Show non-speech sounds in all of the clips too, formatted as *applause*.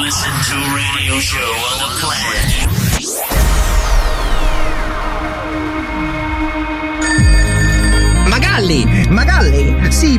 listen to radio show on the planet. Magalli! Magalli! Sì,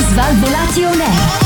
Svalvolati on air.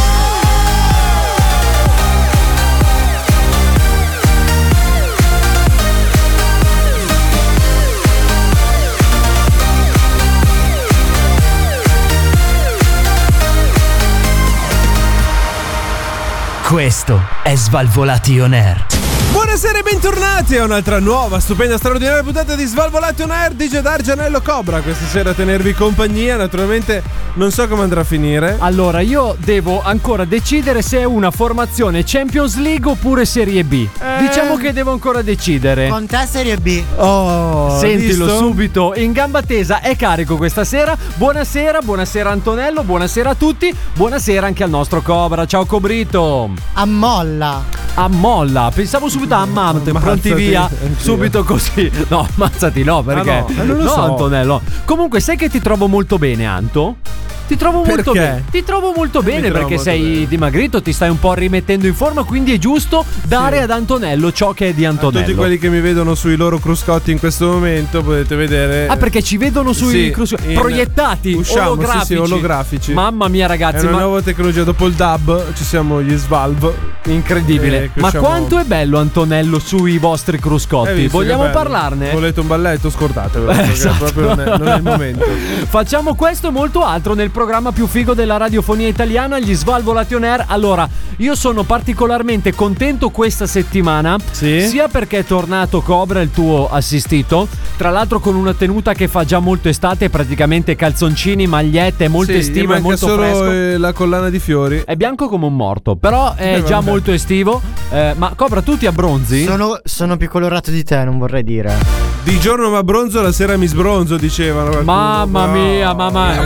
Questo è Svalvolati On Air. Buonasera e bentornati a un'altra nuova, stupenda, straordinaria puntata di Svalvolati on Air di Gedar Gianello Cobra. Questa sera a tenervi compagnia, naturalmente non so come andrà a finire. Allora, io devo ancora decidere se è una formazione Champions League oppure Serie B. Eh. Diciamo che devo ancora decidere. Con te serie B. Oh, Sentilo visto? subito, in gamba tesa, è carico questa sera. Buonasera, buonasera Antonello, buonasera a tutti, buonasera anche al nostro Cobra. Ciao Cobrito. Ammolla. Ammolla, pensavo subito a Ammante, pronti Mm, Ammazzati, *laughs* via, anch'io. subito così. No, ammazzati no, perché? no, eh, non lo so. Antonello. Comunque, sai che ti trovo molto bene, Anto? Ti trovo molto Perché? bene. Ti trovo molto bene trovo perché molto sei bene. dimagrito, ti stai un po' rimettendo in forma, quindi è giusto dare ad Antonello ciò che è di A Antonello. tutti quelli che mi vedono sui loro cruscotti in questo momento potete vedere. Ah, perché ci vedono sui Eh. Sì, crus- in- proiettati, usciamo, sì, olografici. sì, olografici. Mamma mia, È ragazzi, una ma nuova tecnologia, dopo il DAB ci siamo gli Svalve. incredibile. Eh, ma diciamo- quanto è bello Antonello sui vostri Hai cruscotti? visto che Vogliamo bello? parlarne? Volete un balletto? Scordatevelo. *laughs* perché Esatto. proprio non è, non è *laughs* il momento. Facciamo questo e molto altro nel programma più figo della radiofonia italiana, gli Svalvolati on Air. Allora, io sono particolarmente contento questa settimana, Sì? sia perché è tornato Cobra, il tuo assistito, tra l'altro con una tenuta che fa già molto estate, praticamente calzoncini, magliette, è molto Sì, gli estivo, è manca molto solo fresco. eh, la collana di fiori. È bianco come un morto, però è Eh, già vabbè. molto estivo. Eh, ma Cobra, tu ti abbronzi? Sono, sono più colorato di te, non vorrei dire. Di giorno mi abbronzo, la sera mi sbronzo, dicevano. qualcuno. Mamma No. mia, mamma mia.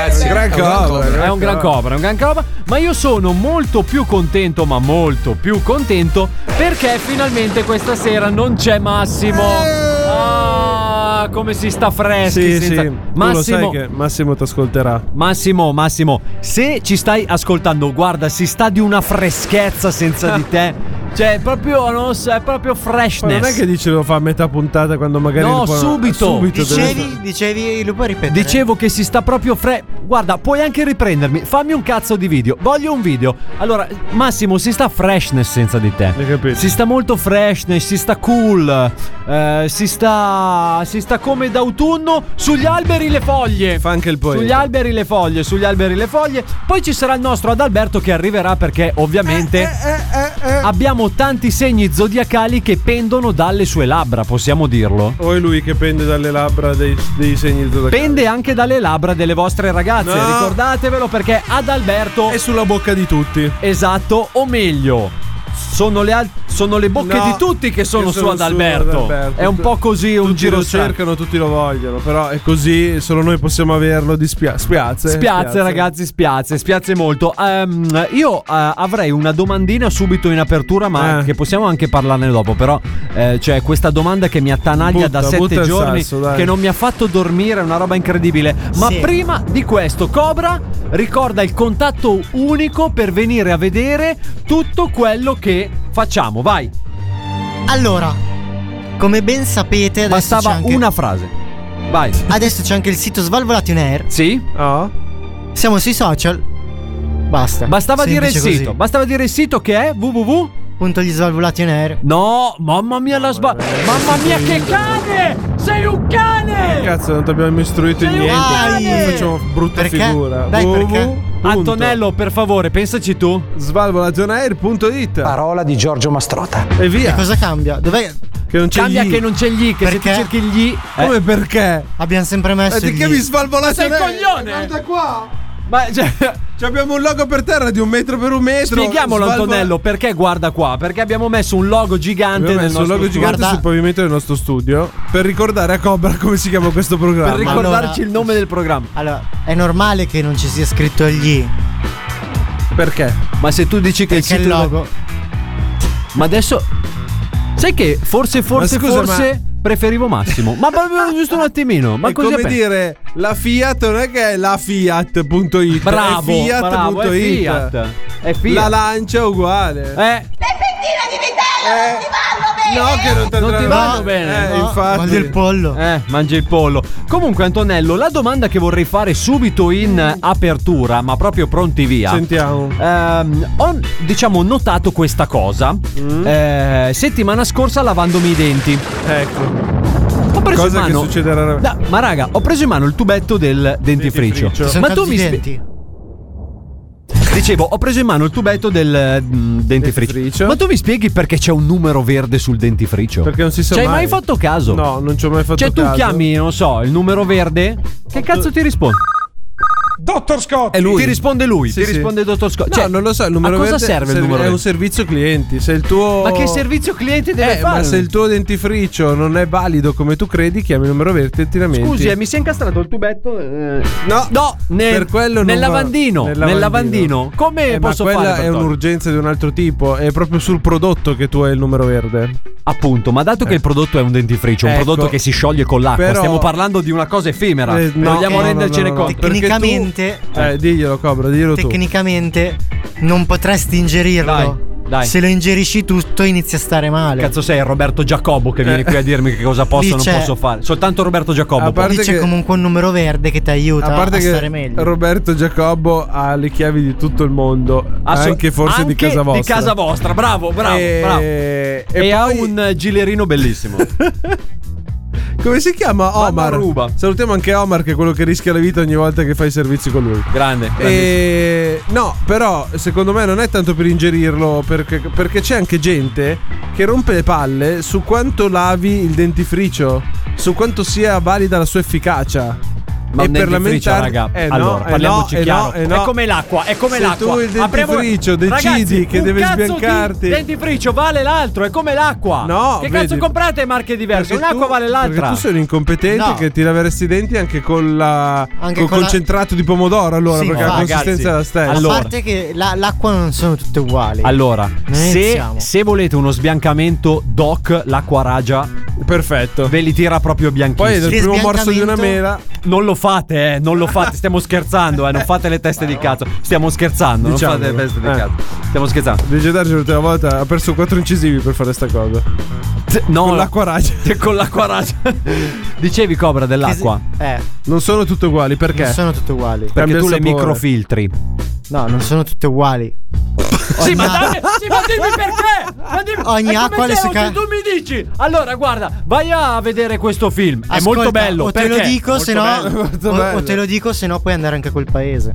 Ragazzi, gran cobra, È un gran Ecco. cobra, è un gran cobra, ma io sono molto più contento, ma molto più contento perché finalmente questa sera non c'è Massimo. Ah, come si sta freschi Eh. Sì, senza- sì. Tu lo sai Massimo, che Massimo ti ascolterà. Massimo, Massimo, se ci stai ascoltando, guarda, si sta di una freschezza senza di te. *laughs* Cioè, è proprio, non lo so, è proprio Ma freshness. non è che dice lo fa a metà puntata quando magari. No, lo può- subito. Cioè, subito deve- Dicevi, dicevi, lo puoi ripetere? Dicevo che si sta proprio fre... Guarda, puoi anche riprendermi. Fammi un cazzo di video. Voglio un video. Allora, Massimo, si sta freshness senza di te. Hai capito? Si sta molto freshness, si sta cool. eh, si sta. Si sta come d'autunno sugli alberi le foglie. Fa anche il poeta. Sugli alberi le foglie, sugli alberi le foglie. Poi ci sarà il nostro Adalberto che arriverà perché Eh, ovviamente abbiamo tanti segni zodiacali che pendono dalle sue labbra, possiamo dirlo. O è lui che pende dalle labbra dei, dei segni di Pende anche dalle labbra delle vostre ragazze, No. ricordatevelo perché Adalberto È sulla bocca di tutti. Esatto, o meglio, sono le, al- sono le bocche No, di tutti che sono che su sono ad su Alberto. Adalberto. È un po' così un Tutti giro lo strano. cercano, tutti lo vogliono. Però è così, solo noi possiamo averlo. Di spia- spiazze. Spiazze, ragazzi, spiazze, spiazze molto. Ehm, io eh, avrei una domandina subito in apertura, ma Eh. che possiamo anche parlarne dopo. Però eh, c'è questa domanda che mi attanaglia Butta, da butta sette il giorni, sasso, dai. che non mi ha fatto dormire, è una roba incredibile. Ma Sì. prima di questo, Cobra ricorda il contatto unico per venire a vedere tutto quello che facciamo. Vai, Allora, come ben sapete, adesso c'è bastava anche- una frase. Vai. Adesso c'è anche il sito Svalvolati on Air. Sì? No? Siamo sui social. Basta. Bastava dire il Semplice così. sito. Bastava dire il sito che è www. Punto gli Svalvolati on Air. No, mamma mia la sbaglia. Mamma mia che cane! Sei un cane! Cazzo, non ti abbiamo istruito in Sei un niente. cane! Noi Facciamo brutta Perché? figura. Dai, Www. perché? Antonello, per favore, pensaci tu. Svalvolazionair.it Parola di Giorgio Mastrota. e via. Cosa cambia? Dov'è? Che non c'è Cambia gli. Eh. che non c'è gli, che Perché? se ti cerchi gli. Come perché? Abbiamo sempre messo Eh, il perché gli. mi svalvolate Sei un lei? coglione! Guarda qua! Ma cioè, *laughs* Ci abbiamo un logo per terra di un metro per un metro. spieghiamolo, Svalvola- Antonello, perché guarda qua? Perché abbiamo messo un logo gigante Abbiamo nel messo nostro un logo studio. gigante Guarda- sul pavimento del nostro studio per ricordare a Cobra come si chiama questo Per programma. ricordarci Allora- il nome del programma. Allora, è normale che non ci sia scritto gli. Perché? Ma se tu dici che Perché il il sito- logo. Ma adesso Sai che forse forse Ma scusa, forse preferivo Massimo. Ma proprio giusto un attimino, ma è così come aperto. dire la Fiat non è che è la Fiat.it, Bravo, è Fiat.it. bravo, è Fiat. È Fiat. La Lancia è uguale. Eh, No, che non, Non ti andrà- vanno Eh, bene, Eh, No, infatti. Voglio il pollo. eh, mangia il pollo. Comunque Antonello, la domanda che vorrei fare subito in eh, apertura, ma proprio pronti via. Sentiamo. Ehm, ho diciamo notato questa cosa Mm. eh, settimana scorsa lavandomi i denti. Ecco. Ho preso Cosa in che mano succederà. No, ma raga, ho preso in mano il tubetto del dentifricio. Dentifricio. Sono Ma tanti tu mi spie- denti. Dicevo, ho preso in mano il tubetto del mm, dentifricio. Dentifricio. Ma tu mi spieghi perché c'è un numero verde sul dentifricio? Perché non si sa Ci hai mai. mai fatto caso? No, non ci ho mai fatto Cioè, tu caso. chiami, non so, il numero verde? Che cazzo ti risponde? Dottor Scott! È lui. Ti risponde lui, Sì, ti sì. risponde il dottor Scott. No, Cioè, non lo so. Il numero a cosa verde serve il serve- numero È verde? eh, un servizio clienti. Se il tuo. Ma che servizio cliente deve Eh, fare? ma se il tuo dentifricio non è valido come tu credi, chiami il numero verde e ti lamenti. Scusi, eh, mi si è incastrato il tubetto. eh. No, No, nel, per quello non nel va. lavandino, nel lavandino. Come Eh, posso ma quella fare? per è toglierlo? un'urgenza di un altro tipo. È proprio sul prodotto che tu hai il numero verde. Appunto, ma dato che il prodotto è un dentifricio, un Eh. Ecco. prodotto che si scioglie con l'acqua, Però- stiamo parlando di una cosa effimera. Eh, no, vogliamo no, no, rendercene no, no, no. conto. Perché Tecnicamente- tu- Eh, diglielo, Cobra, diglielo tu. Tecnicamente non potresti ingerirlo. Dai, dai. Se lo ingerisci tutto inizia a stare male. Cazzo sei Roberto Giacobbo che viene qui a dirmi che cosa posso e non Dice- posso fare. Soltanto Roberto Giacobbo. Eh. A può. parte Lì c'è che- comunque un numero verde che ti aiuta A a, parte stare che meglio. Roberto Giacobbo ha le chiavi di tutto il mondo, Asso- anche forse di Ah, anche casa vostra. Di casa vostra, bravo, bravo, E- bravo. e E, poi- ha un gilerino bellissimo. Come si chiama Omar? ruba. Salutiamo anche Omar che è quello che rischia la vita ogni volta che fai servizi con lui. Grande. grandissimo. E no, però secondo me non è tanto per ingerirlo, perché, perché c'è anche gente che rompe le palle su quanto lavi il dentifricio, su quanto sia valida la sua efficacia. Ma un dentifricio, lamentar- raga. eh no, allora, eh parliamoci no, eh chiaro. no, eh no. È come l'acqua, è come Se l'acqua. tu il Apriamo- dentifricio decidi Ragazzi, che un deve cazzo di sbiancarti. dentifricio vale l'altro, è come l'acqua. No, che vedi. cazzo comprate marche diverse? Perché Un'acqua tu- vale l'altra. Perché tu sei un incompetente No. che ti laveresti i denti anche con la Anche col con la- concentrato di pomodoro, allora, Sì, perché no, la ragazzi. consistenza è la stessa. Allora- A parte che la- l'acqua non sono tutte uguali. Allora, Eh, se, Iniziamo. se volete uno sbiancamento doc, l'acqua ragia Perfetto. ve li tira proprio bianchissimi. Poi dal Che primo morso di una sbiancamento- mela Non lo fate, eh, non lo fate, stiamo scherzando, eh, non fate le teste di cazzo. Stiamo scherzando, non fate Diciamolo, le teste di eh. cazzo. Stiamo scherzando. DJ Darge l'ultima volta ha perso quattro incisivi per fare sta cosa. Z- No, Con l'acqua ragia. Con l'acqua ragia. *laughs* Dicevi cobra Che se- dell'acqua. Eh, Non sono tutte uguali, Eh. perché? non sono tutte uguali. Perché Cambia tu il le sapore. microfiltri. No, non sono tutte uguali. Sì, ma dammi, sì, ma *laughs* dimmi perché! Ma dimmi, Ogni è come acqua le Teo si che ca- Tu mi dici! Allora, guarda, vai a vedere questo film. è Ascolta, molto bello. O te lo perché? dico, Molto se no. bello. molto o- bello. o te lo dico, se no puoi andare anche a quel paese.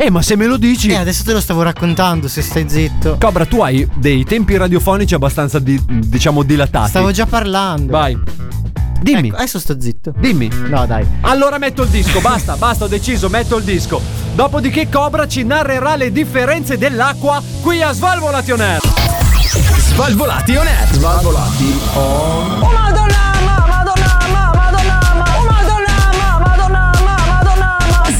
Eh, ma se me lo dici. Eh, adesso te lo stavo raccontando, se stai zitto. Cobra, tu hai dei tempi radiofonici abbastanza, di- diciamo, dilatati. Stavo già parlando. Vai. Dimmi, Ecco, adesso sto zitto. dimmi. No, dai. Allora metto il disco, basta, basta, ho deciso, metto il disco. Dopodiché Cobra ci narrerà le differenze dell'acqua qui a Svalvolation Air. Svalvolation Air.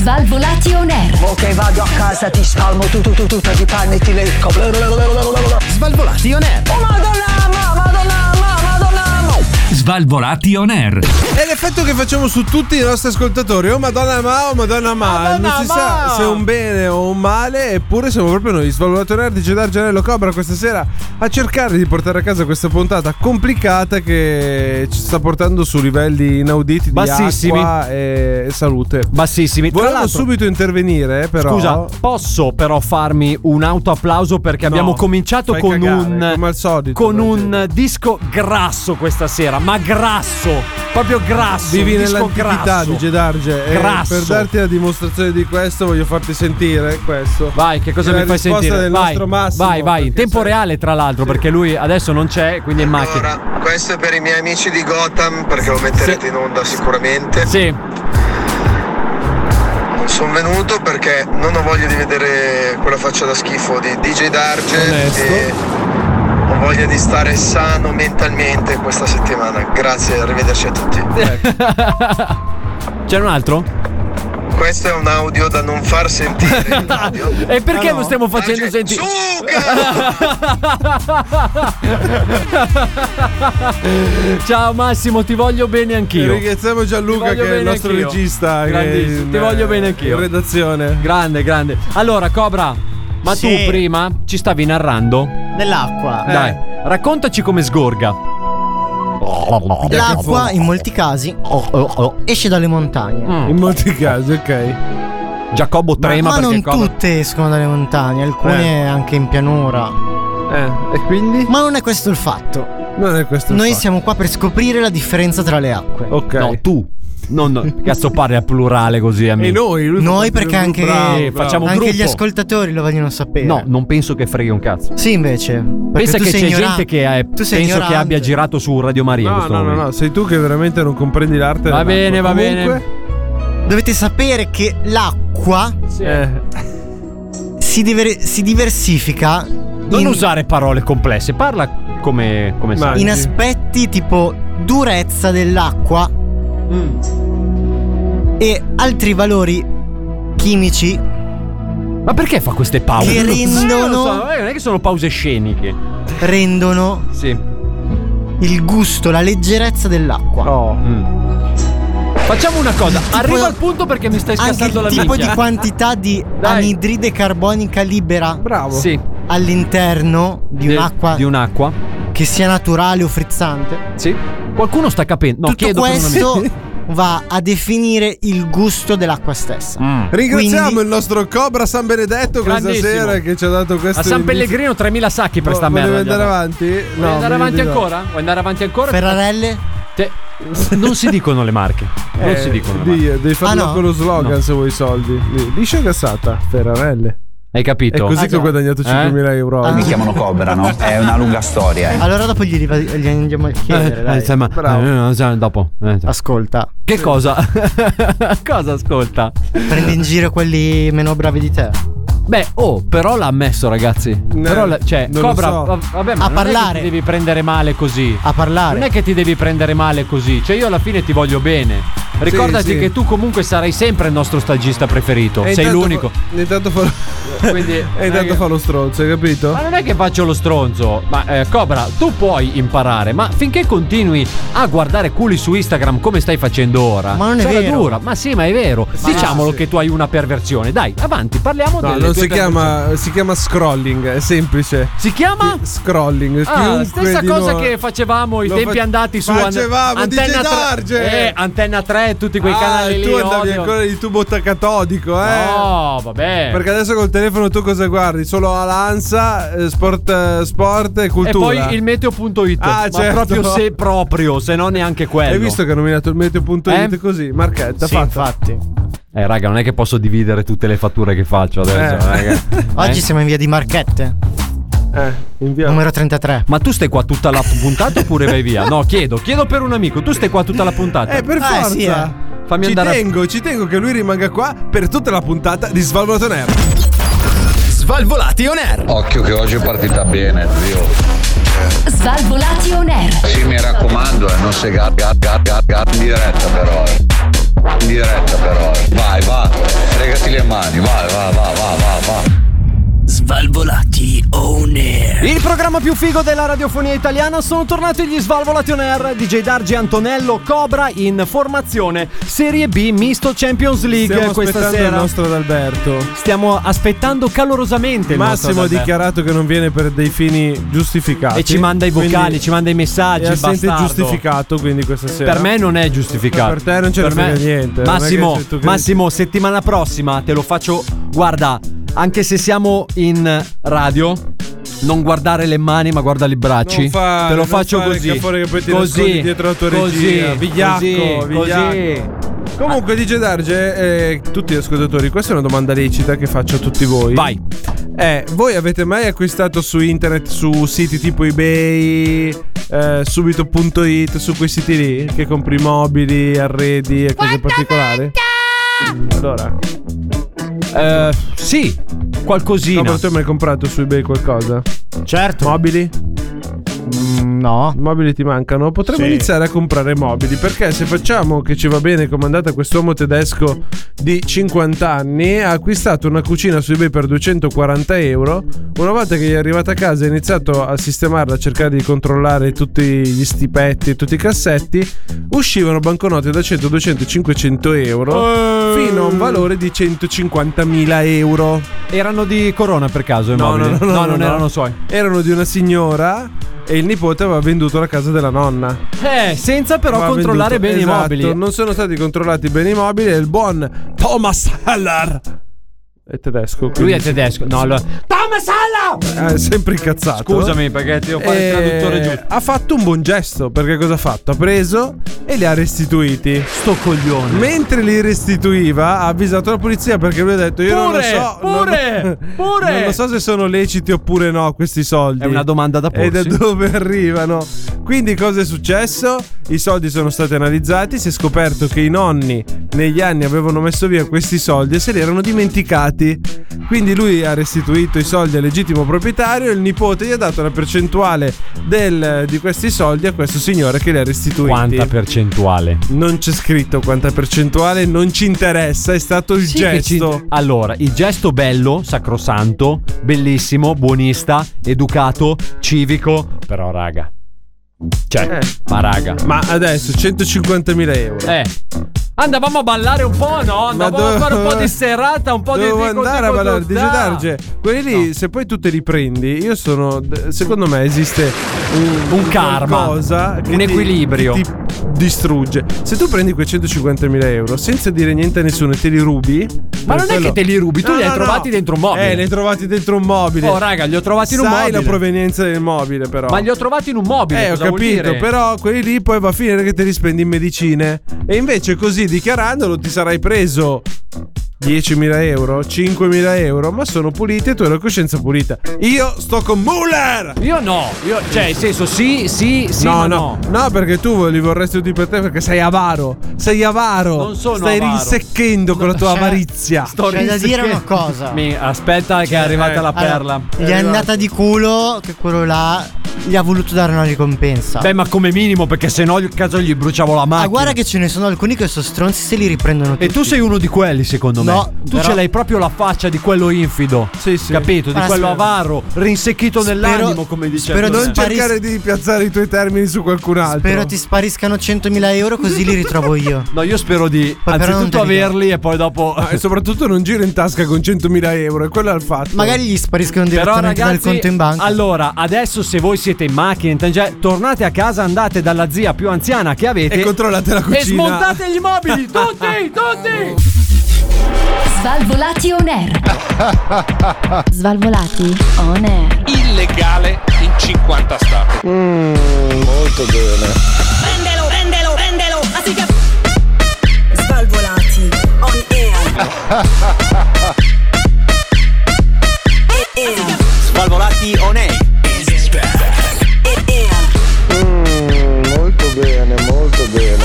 Svalvolati on air. Ok, vado a casa, ti spalmo tu tu tu tu, ti panni e ti lecco. Svalvolation Air. Oh madonna, ma, madonna, ma, madonna, ma. Svalvolati on air. È l'effetto che facciamo su tutti i nostri ascoltatori. Oh madonna ma, oh madonna ma. Madonna non si ma. sa se è un bene o un male, eppure siamo proprio noi. Svalvolato Nerd di Dargianello Cobra questa sera a cercare di portare a casa questa puntata complicata che ci sta portando su livelli inauditi Bassissimi. di acqua e e salute. Bassissimi. Tra Volevo l'altro, subito intervenire, però. scusa, posso però farmi un autoapplauso perché abbiamo cominciato fai con cagare, un come al solito, con dai. un disco grasso questa sera, ma grasso, proprio grasso, Vivi un disco nell'antichità grasso. di Gedarge. E Grasso. Per darti la dimostrazione di questo, voglio farti sentire questo. Vai, che cosa La mi fai risposta sentire? del vai, nostro Massimo, vai, vai, in perché tempo sai- reale tra l'altro, perché lui adesso non c'è, quindi è in macchina. Allora, questo è per i miei amici di Gotham perché lo metterete in onda sicuramente. Sì. Sono venuto perché non ho voglia di vedere quella faccia da schifo di DJ Darge Onesto. e ho voglia di stare sano mentalmente questa settimana. Grazie, arrivederci a tutti. C'è un altro? Questo è un audio da non far sentire. *laughs* in radio. E perché Ah, no. lo stiamo facendo Darge, sentire? *laughs* Ciao Massimo, ti voglio bene anch'io. Ringraziamo Gianluca Ti voglio che è il bene nostro anch'io. regista. che è Grandissimo, in- ti voglio bene anch'io. In redazione. Grande, grande. Allora, Cobra, ma Sì. tu prima ci stavi narrando? Nell'acqua. Dai, raccontaci come sgorga. L'acqua in molti casi esce dalle montagne. Mm. In molti casi, ok. Eh, Giacobbo trema ma Eh, perché Eh. non Cobra- tutte escono dalle montagne, alcune anche in pianura. Eh, e quindi? Ma non è questo il fatto. Non è questo. il Noi fatto. siamo qua per scoprire la differenza tra le acque. Ok. No, tu. Non, *laughs* no, cazzo parli al plurale così, e amico. noi? Lui Noi fa proprio perché un anche- bravo, Sì, bravo. Eh, facciamo- un Anche gruppo. gli ascoltatori lo vogliono sapere. No, non penso che freghi un cazzo. Sì, invece. perché Pensa tu che sei c'è ignoran- gente che è- tu sei penso che abbia ignorante. girato su Radio Maria. in No, questo no, no, momento. no, sei tu che veramente non comprendi l'arte. Va dell'acqua. bene, va bene. Comunque, Dovete sapere che l'acqua eh, si, diver- si diversifica Non in, usare parole complesse, parla come, come Ma- sai. in aspetti tipo durezza dell'acqua Mm. e altri valori chimici Ma perché fa queste pause? Che Non lo so, rendono- non lo so, eh, non è che sono pause sceniche. rendono Sì. il gusto, la leggerezza dell'acqua. oh. Mm. Facciamo una cosa, arrivo Tipo- al punto perché mi stai Anche scassando il la tipo minchia. di quantità di Dai. anidride carbonica libera Bravo. Sì, all'interno di de- un'acqua Di un'acqua. che sia naturale o frizzante. Sì. Qualcuno sta capendo. No, Tutto chiedo per un questo amico. *laughs* va a definire il gusto dell'acqua stessa. Mm. Ringraziamo Quindi- il nostro Cobra San Benedetto questa Grandissimo. sera che ci ha dato questo. A San indizio. Pellegrino 3000 sacchi per Vo- sta volevi merda. andare Giada. avanti? Vuoi andare volevi avanti no. ancora? Vuoi andare avanti ancora? Ferrarelle? Te- Non si dicono le marche. Non Eh, si dicono le di- marche. Devi farlo Ah, no? con lo slogan No. se vuoi i soldi. Lì, Liscia o gassata? Ferrarelle. Hai È capito? così che Ah, ho già. Eh? guadagnato 5.000 euro. Ah, oggi. Mi chiamano Cobra, no? È una lunga storia, eh. Allora dopo gli, riva- gli andiamo a Eh, chiedere. eh, dai. insomma, Bravo. eh, no, sai, dopo. eh, insomma. Ascolta, che cosa? *laughs* cosa ascolta? prendi in giro quelli meno bravi di te. Beh, oh, però l'ha ammesso, ragazzi. però, la- cioè, non lo Cobra, so. va- vabbè, ma A non è che parlare. ti devi prendere male così. A parlare. Non è che ti devi prendere male così, cioè io alla fine ti voglio bene. Ricordati sì. che tu comunque sarai sempre il nostro stagista preferito, E sei intanto l'unico. fa- intanto fa... *laughs* Quindi, non *laughs* e è intanto che- fa lo stronzo, hai capito? Ma non è che faccio lo stronzo, ma eh, Cobra, tu puoi imparare, ma finché continui a guardare culi su Instagram come stai facendo ora, Ma non è sarà vero. dura. Ma sì, ma è vero. Diciamolo che tu hai una perversione. Dai, avanti, parliamo No, delle non tue si perversioni. chiama, si chiama scrolling, è semplice. Si chiama? Scrolling. Ah, chiunque stessa di cosa noi- che facevamo i Lo tempi fa- andati su an- Facevamo, DJ Antenna 3, Darge! eh, Antenna 3 tutti quei ah, canali lì tu andavi odio. ancora di tubo catodico, eh? No, vabbè. Perché adesso col telefono tu cosa guardi? Solo Alanza, eh, sport, eh, sport e e cultura. poi il meteo.it, Ah, ma certo. proprio se proprio, se no neanche quello. Hai visto che ha nominato il meteo.it Eh? così? Marchetta, Sì, fatta. infatti. Eh, raga, non è che posso dividere tutte le fatture che faccio adesso, Eh. *laughs* raga. Oggi Eh? siamo in via di Marchette, Eh, invia. numero 33. Ma tu stai qua tutta la puntata oppure vai via? No, chiedo, chiedo per un amico. Tu stai qua tutta la puntata. Eh, per Eh, forza. sì, eh. Fammi ci andare a- tengo, ci tengo che lui rimanga qua per tutta la puntata di Svalvolato Nero. Svalvolati on air. Occhio che oggi è partita bene, zio. Svalvolati on air. Sì, mi raccomando, eh, non se gar, gar, gar, gar, in diretta però. eh. In diretta però. eh. Vai, va. Fregati le mani, vai, va, va, va, va, va. Svalvolati on air. Il programma più figo della radiofonia italiana sono tornati gli Svalvolati on Air DJ Dargi Antonello Cobra in formazione Serie B misto Champions League Stiamo questa aspettando sera. il nostro Adalberto. Stiamo aspettando calorosamente il Massimo nostro ha Adalberto. dichiarato che non viene per dei fini giustificati. e ci manda i vocali, Quindi ci manda i messaggi, È assente bastardo. giustificato quindi questa sera. Per me non è giustificato. Cioè, Per te non ce ne frega niente. Massimo, Non è che tu credi- Massimo, settimana prossima te lo faccio. Guarda, anche se siamo in radio, non guardare le mani, ma guarda i bracci. Non fa- Te lo non faccio fare il così. caffone che poi ti nascondi così dietro la tua così, regia. Vigliacco, così, vigliacco. così. Comunque, DJ Darge, eh, tutti gli ascoltatori, questa è una domanda lecita che faccio a tutti voi. Vai. Eh, voi avete mai acquistato su internet, su siti tipo eBay, eh, subito.it, su quei siti lì che compri mobili, arredi e cose particolari? Allora, Eh, sì, qualcosina. Cobra, tu hai mai comprato su eBay qualcosa? Certo. Mm, Mobili? no. Mobili ti mancano? Potremmo Sì. iniziare a comprare mobili perché se facciamo che ci va bene come è andata quest'uomo tedesco di 50 anni ha acquistato una cucina su eBay per 240 euro una volta che gli è arrivata a casa ha iniziato a sistemarla a cercare di controllare tutti gli stipetti tutti i cassetti uscivano banconote da 100, 200, 500 euro Eh. fino a un valore di 150.000 euro Erano di Corona per caso, i mobili? non erano suoi. erano di una signora e il nipote aveva venduto la casa della nonna. Eh, senza però Aveva controllare venduto- bene esatto, i mobili. Non sono stati controllati bene i mobili e il buon Thomas Heller è tedesco. Lui quindi- è tedesco. No, allora. Eh, è sempre incazzato. Scusami perché ti ho fatto E il traduttore giusto. Ha fatto un buon gesto perché cosa ha fatto? Ha preso e li ha restituiti. Sto coglione. Mentre li restituiva, ha avvisato la polizia perché lui ha detto: Io non lo Pure, so. pure, *laughs* non, pure. Non lo so se sono leciti oppure no questi soldi. È una domanda da porsi. E da dove *laughs* arrivano? Quindi, cosa è successo? I soldi sono stati analizzati. Si è scoperto che i nonni negli anni avevano messo via questi soldi e se li erano dimenticati. Quindi, lui ha restituito i soldi al legittimo proprietario. E il nipote gli ha dato la percentuale del- di questi soldi a questo signore che li ha restituiti. Quanta percentuale? Non c'è scritto quanta percentuale, non ci interessa, è stato il Sì, che gesto. ci- Allora, il gesto bello, sacrosanto, bellissimo, buonista, educato, civico. Però, raga. Cioè, Eh. ma raga. Ma adesso 150.000 euro. Eh. Andavamo a ballare un po', no? Ma Andavamo a fare un po' di serata, un po' di Devo di andare a ballare di contenuta. Darge. Quelli lì, se poi tu te li prendi, io sono. d- Secondo me esiste un, Un karma, qualcosa che un ti- equilibrio. che ti distrugge. Se tu prendi quei 150.000 euro senza dire niente a nessuno e te li rubi. Ma per non è che te li rubi, tu li hai trovati dentro un mobile. Eh, li hai trovati dentro un mobile. Oh, raga, li ho trovati in un Sai mobile. la provenienza del mobile, però. Ma li ho trovati in un mobile. Eh, ho cosa vuol capito, dire? però quelli lì poi va a finire che te li spendi in medicine. E invece così dichiarandolo ti sarai preso 10.000 euro, 5.000 euro, ma sono puliti e tu hai la coscienza pulita. Io sto con Muller! Io no, io, cioè, nel senso, sì, sì, sì, ma no. no, perché tu li vorresti tutti per te perché sei avaro. Sei avaro. Non sono Stai avaro. rinsecchendo con la tua cioè, avarizia. sto C'è da dire una cosa. Mi- aspetta, Eh, che è arrivata la Allora, perla. Esatto. Gli è andata di culo che quello là gli ha voluto dare una ricompensa. Beh, ma come minimo, perché se no, il caso gli bruciavo la macchina. Ma Ah, guarda che ce ne sono alcuni che sono stronzi se li riprendono tutti. E tu sei uno di quelli, secondo me. No, tu però- ce l'hai proprio la faccia di quello infido. Sì, sì. Capito? Di Ah, quello spero- avaro, rinsecchito spero- nell'animo, come spero diceva. Però non non ci- Cercare di piazzare i tuoi termini su qualcun altro. Spero ti spariscano 100.000 euro così li ritrovo *laughs* io. No, io spero di Ma però non te anzitutto li do. averli e *laughs* poi dopo. Ah, E soprattutto non giro in tasca con 100.000 euro, e quello è il fatto. Magari gli spariscono *laughs* Però direttamente ragazzi, dal conto in banca. allora, adesso se voi siete in macchina, in tangenza- tornate a casa, andate dalla zia più anziana che avete E controllate la cucina. e smontate *laughs* gli mobili, tutti, tutti! Svalvolati on air. Svalvolati on air. illegale in 50 stati. Molto bene. Prendelo, prendelo, prendelo, así che... Svalvolati, on air. Svalvolati on air. Molto bene, molto bene.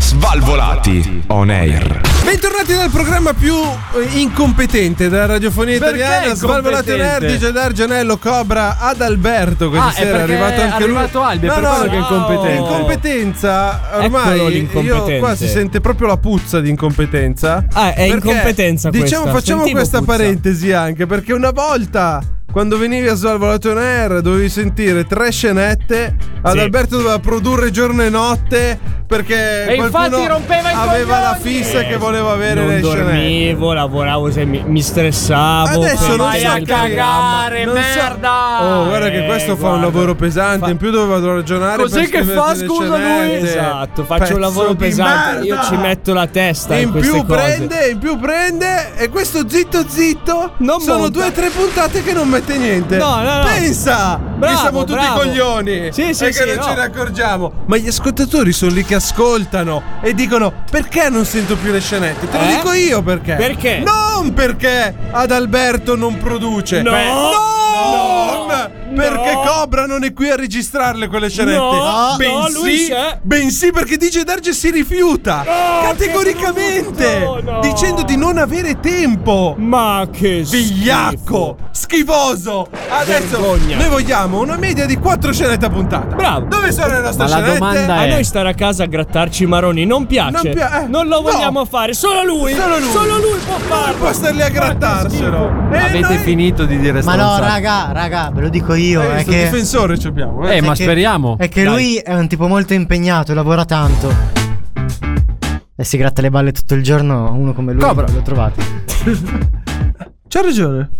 Svalvolati on air. Bentornati dal programma più eh, incompetente della radiofonia Perché italiana. Svalvolati incompetente? Nerdi, Gedar, Gianello, Cobra, ad Alberto. Questa Ah, è sera è perché arrivato anche è arrivato lui. Albi, è no, per no, quello che è incompetente. Incompetenza, Eccolo ormai l'incompetente. io qua si sente proprio la puzza di incompetenza. Ah, è Perché, incompetenza questa. Diciamo, facciamo Sentivo questa puzza. parentesi anche perché una volta quando venivi a Svalvolati on Air dovevi sentire tre scenette, ad Sì. Alberto doveva produrre giorno e notte. Perché E qualcuno infatti rompeva i aveva la coglioni! fissa che voleva avere le Eh, non Chanel. dormivo, lavoravo, se mi, mi stressavo. Adesso per- non per- so per- cagare, non so- merda! Oh, guarda che Eh, questo fa un guarda. lavoro pesante. In più doveva ragionare. Cos'è per che scriverti fa, le scusa, Chanel. lui? Esatto, faccio Pezzo un lavoro di pesante. Io merda! ci metto la testa in, In queste più cose. prende, in più prende. E questo zitto zitto. Non sono monta. due o tre puntate che non mette niente. No, no, no. Pensa! Bravo, che siamo tutti bravo. coglioni. Sì, sì, e che sì, non no. ce ne accorgiamo. Ma gli ascoltatori sono lì che ascoltano e dicono: perché non sento più le scenette? Te lo Eh? dico io perché. Perché? Non perché Adalberto non produce. No. Non Perché No. Cobra non è qui a registrarle quelle scenette. Ah. No, Bensì, no, lui c'è. bensì perché DJ Darge si rifiuta categoricamente dicendo di non avere tempo. Ma che vigliacco, schifoso. Adesso Vergogna. noi vogliamo una media di 4 scenette a puntata. Bravo. Dove sono le nostre Ma la scenette? domanda A è: a noi noi stare a casa a grattarci i maroni non piace. Non Non, pia- eh, lo no. vogliamo fare, solo lui. Solo lui. può non farlo. Eh, può stare lì a grattarselo. Eh, E Avete noi- finito di dire Ma no, stronzate. raga, raga, ve lo dico io. Eh, è sto che, difensore ci abbiamo. Eh, ma che- speriamo. È che Dai. lui è un tipo molto impegnato, lavora tanto. E si gratta le balle tutto il giorno, uno come lui. Cobra. L'ho trovato. C'ha ragione.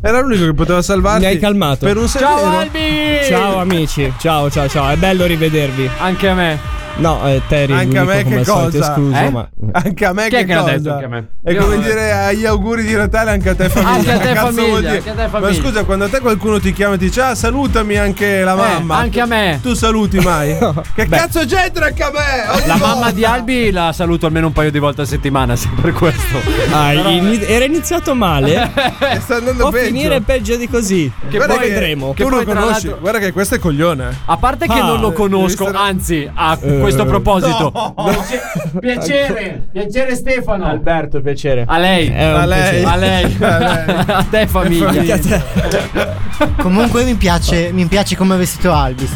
Era l'unico che poteva salvarti. Mi hai calmato. Per un Ciao severo. Albi! Ciao amici, ciao ciao ciao, è bello rivedervi. Anche a me. No, eh, te eri Anche a l'unico me come che al solito cosa? escluso, Eh? ma Anche a me Chi è che, che l'ha cosa? detto anche a me? È Io- come dire agli auguri di Natale anche a te famiglia. Anche a te, Cazzo famiglia, vuol dire? anche a te, famiglia. Eh, Ma scusa, quando a te qualcuno ti chiama e ti dice "Ah, salutami anche la mamma". anche a me. Tu saluti *laughs* mai? che Beh. cazzo c'entra anche a me? Ogni La volta. mamma di Albi la saluto almeno un paio di volte a settimana, se per questo. Ah, ini- era iniziato male. sta andando Può peggio. finire peggio di così. Che Guarda poi vedremo. Che tu poi, lo tra conosci. l'altro- Guarda che questo è coglione. A parte che Ah, Eh, non lo conosco, devi stare- anzi, a questo proposito. piacere, piacere Stefano. Alberto, piacere. A lei. Eh, A lei. A lei. A Eh, lei. a te famiglia. famiglia. Comunque mi piace, mi piace come è vestito Albis.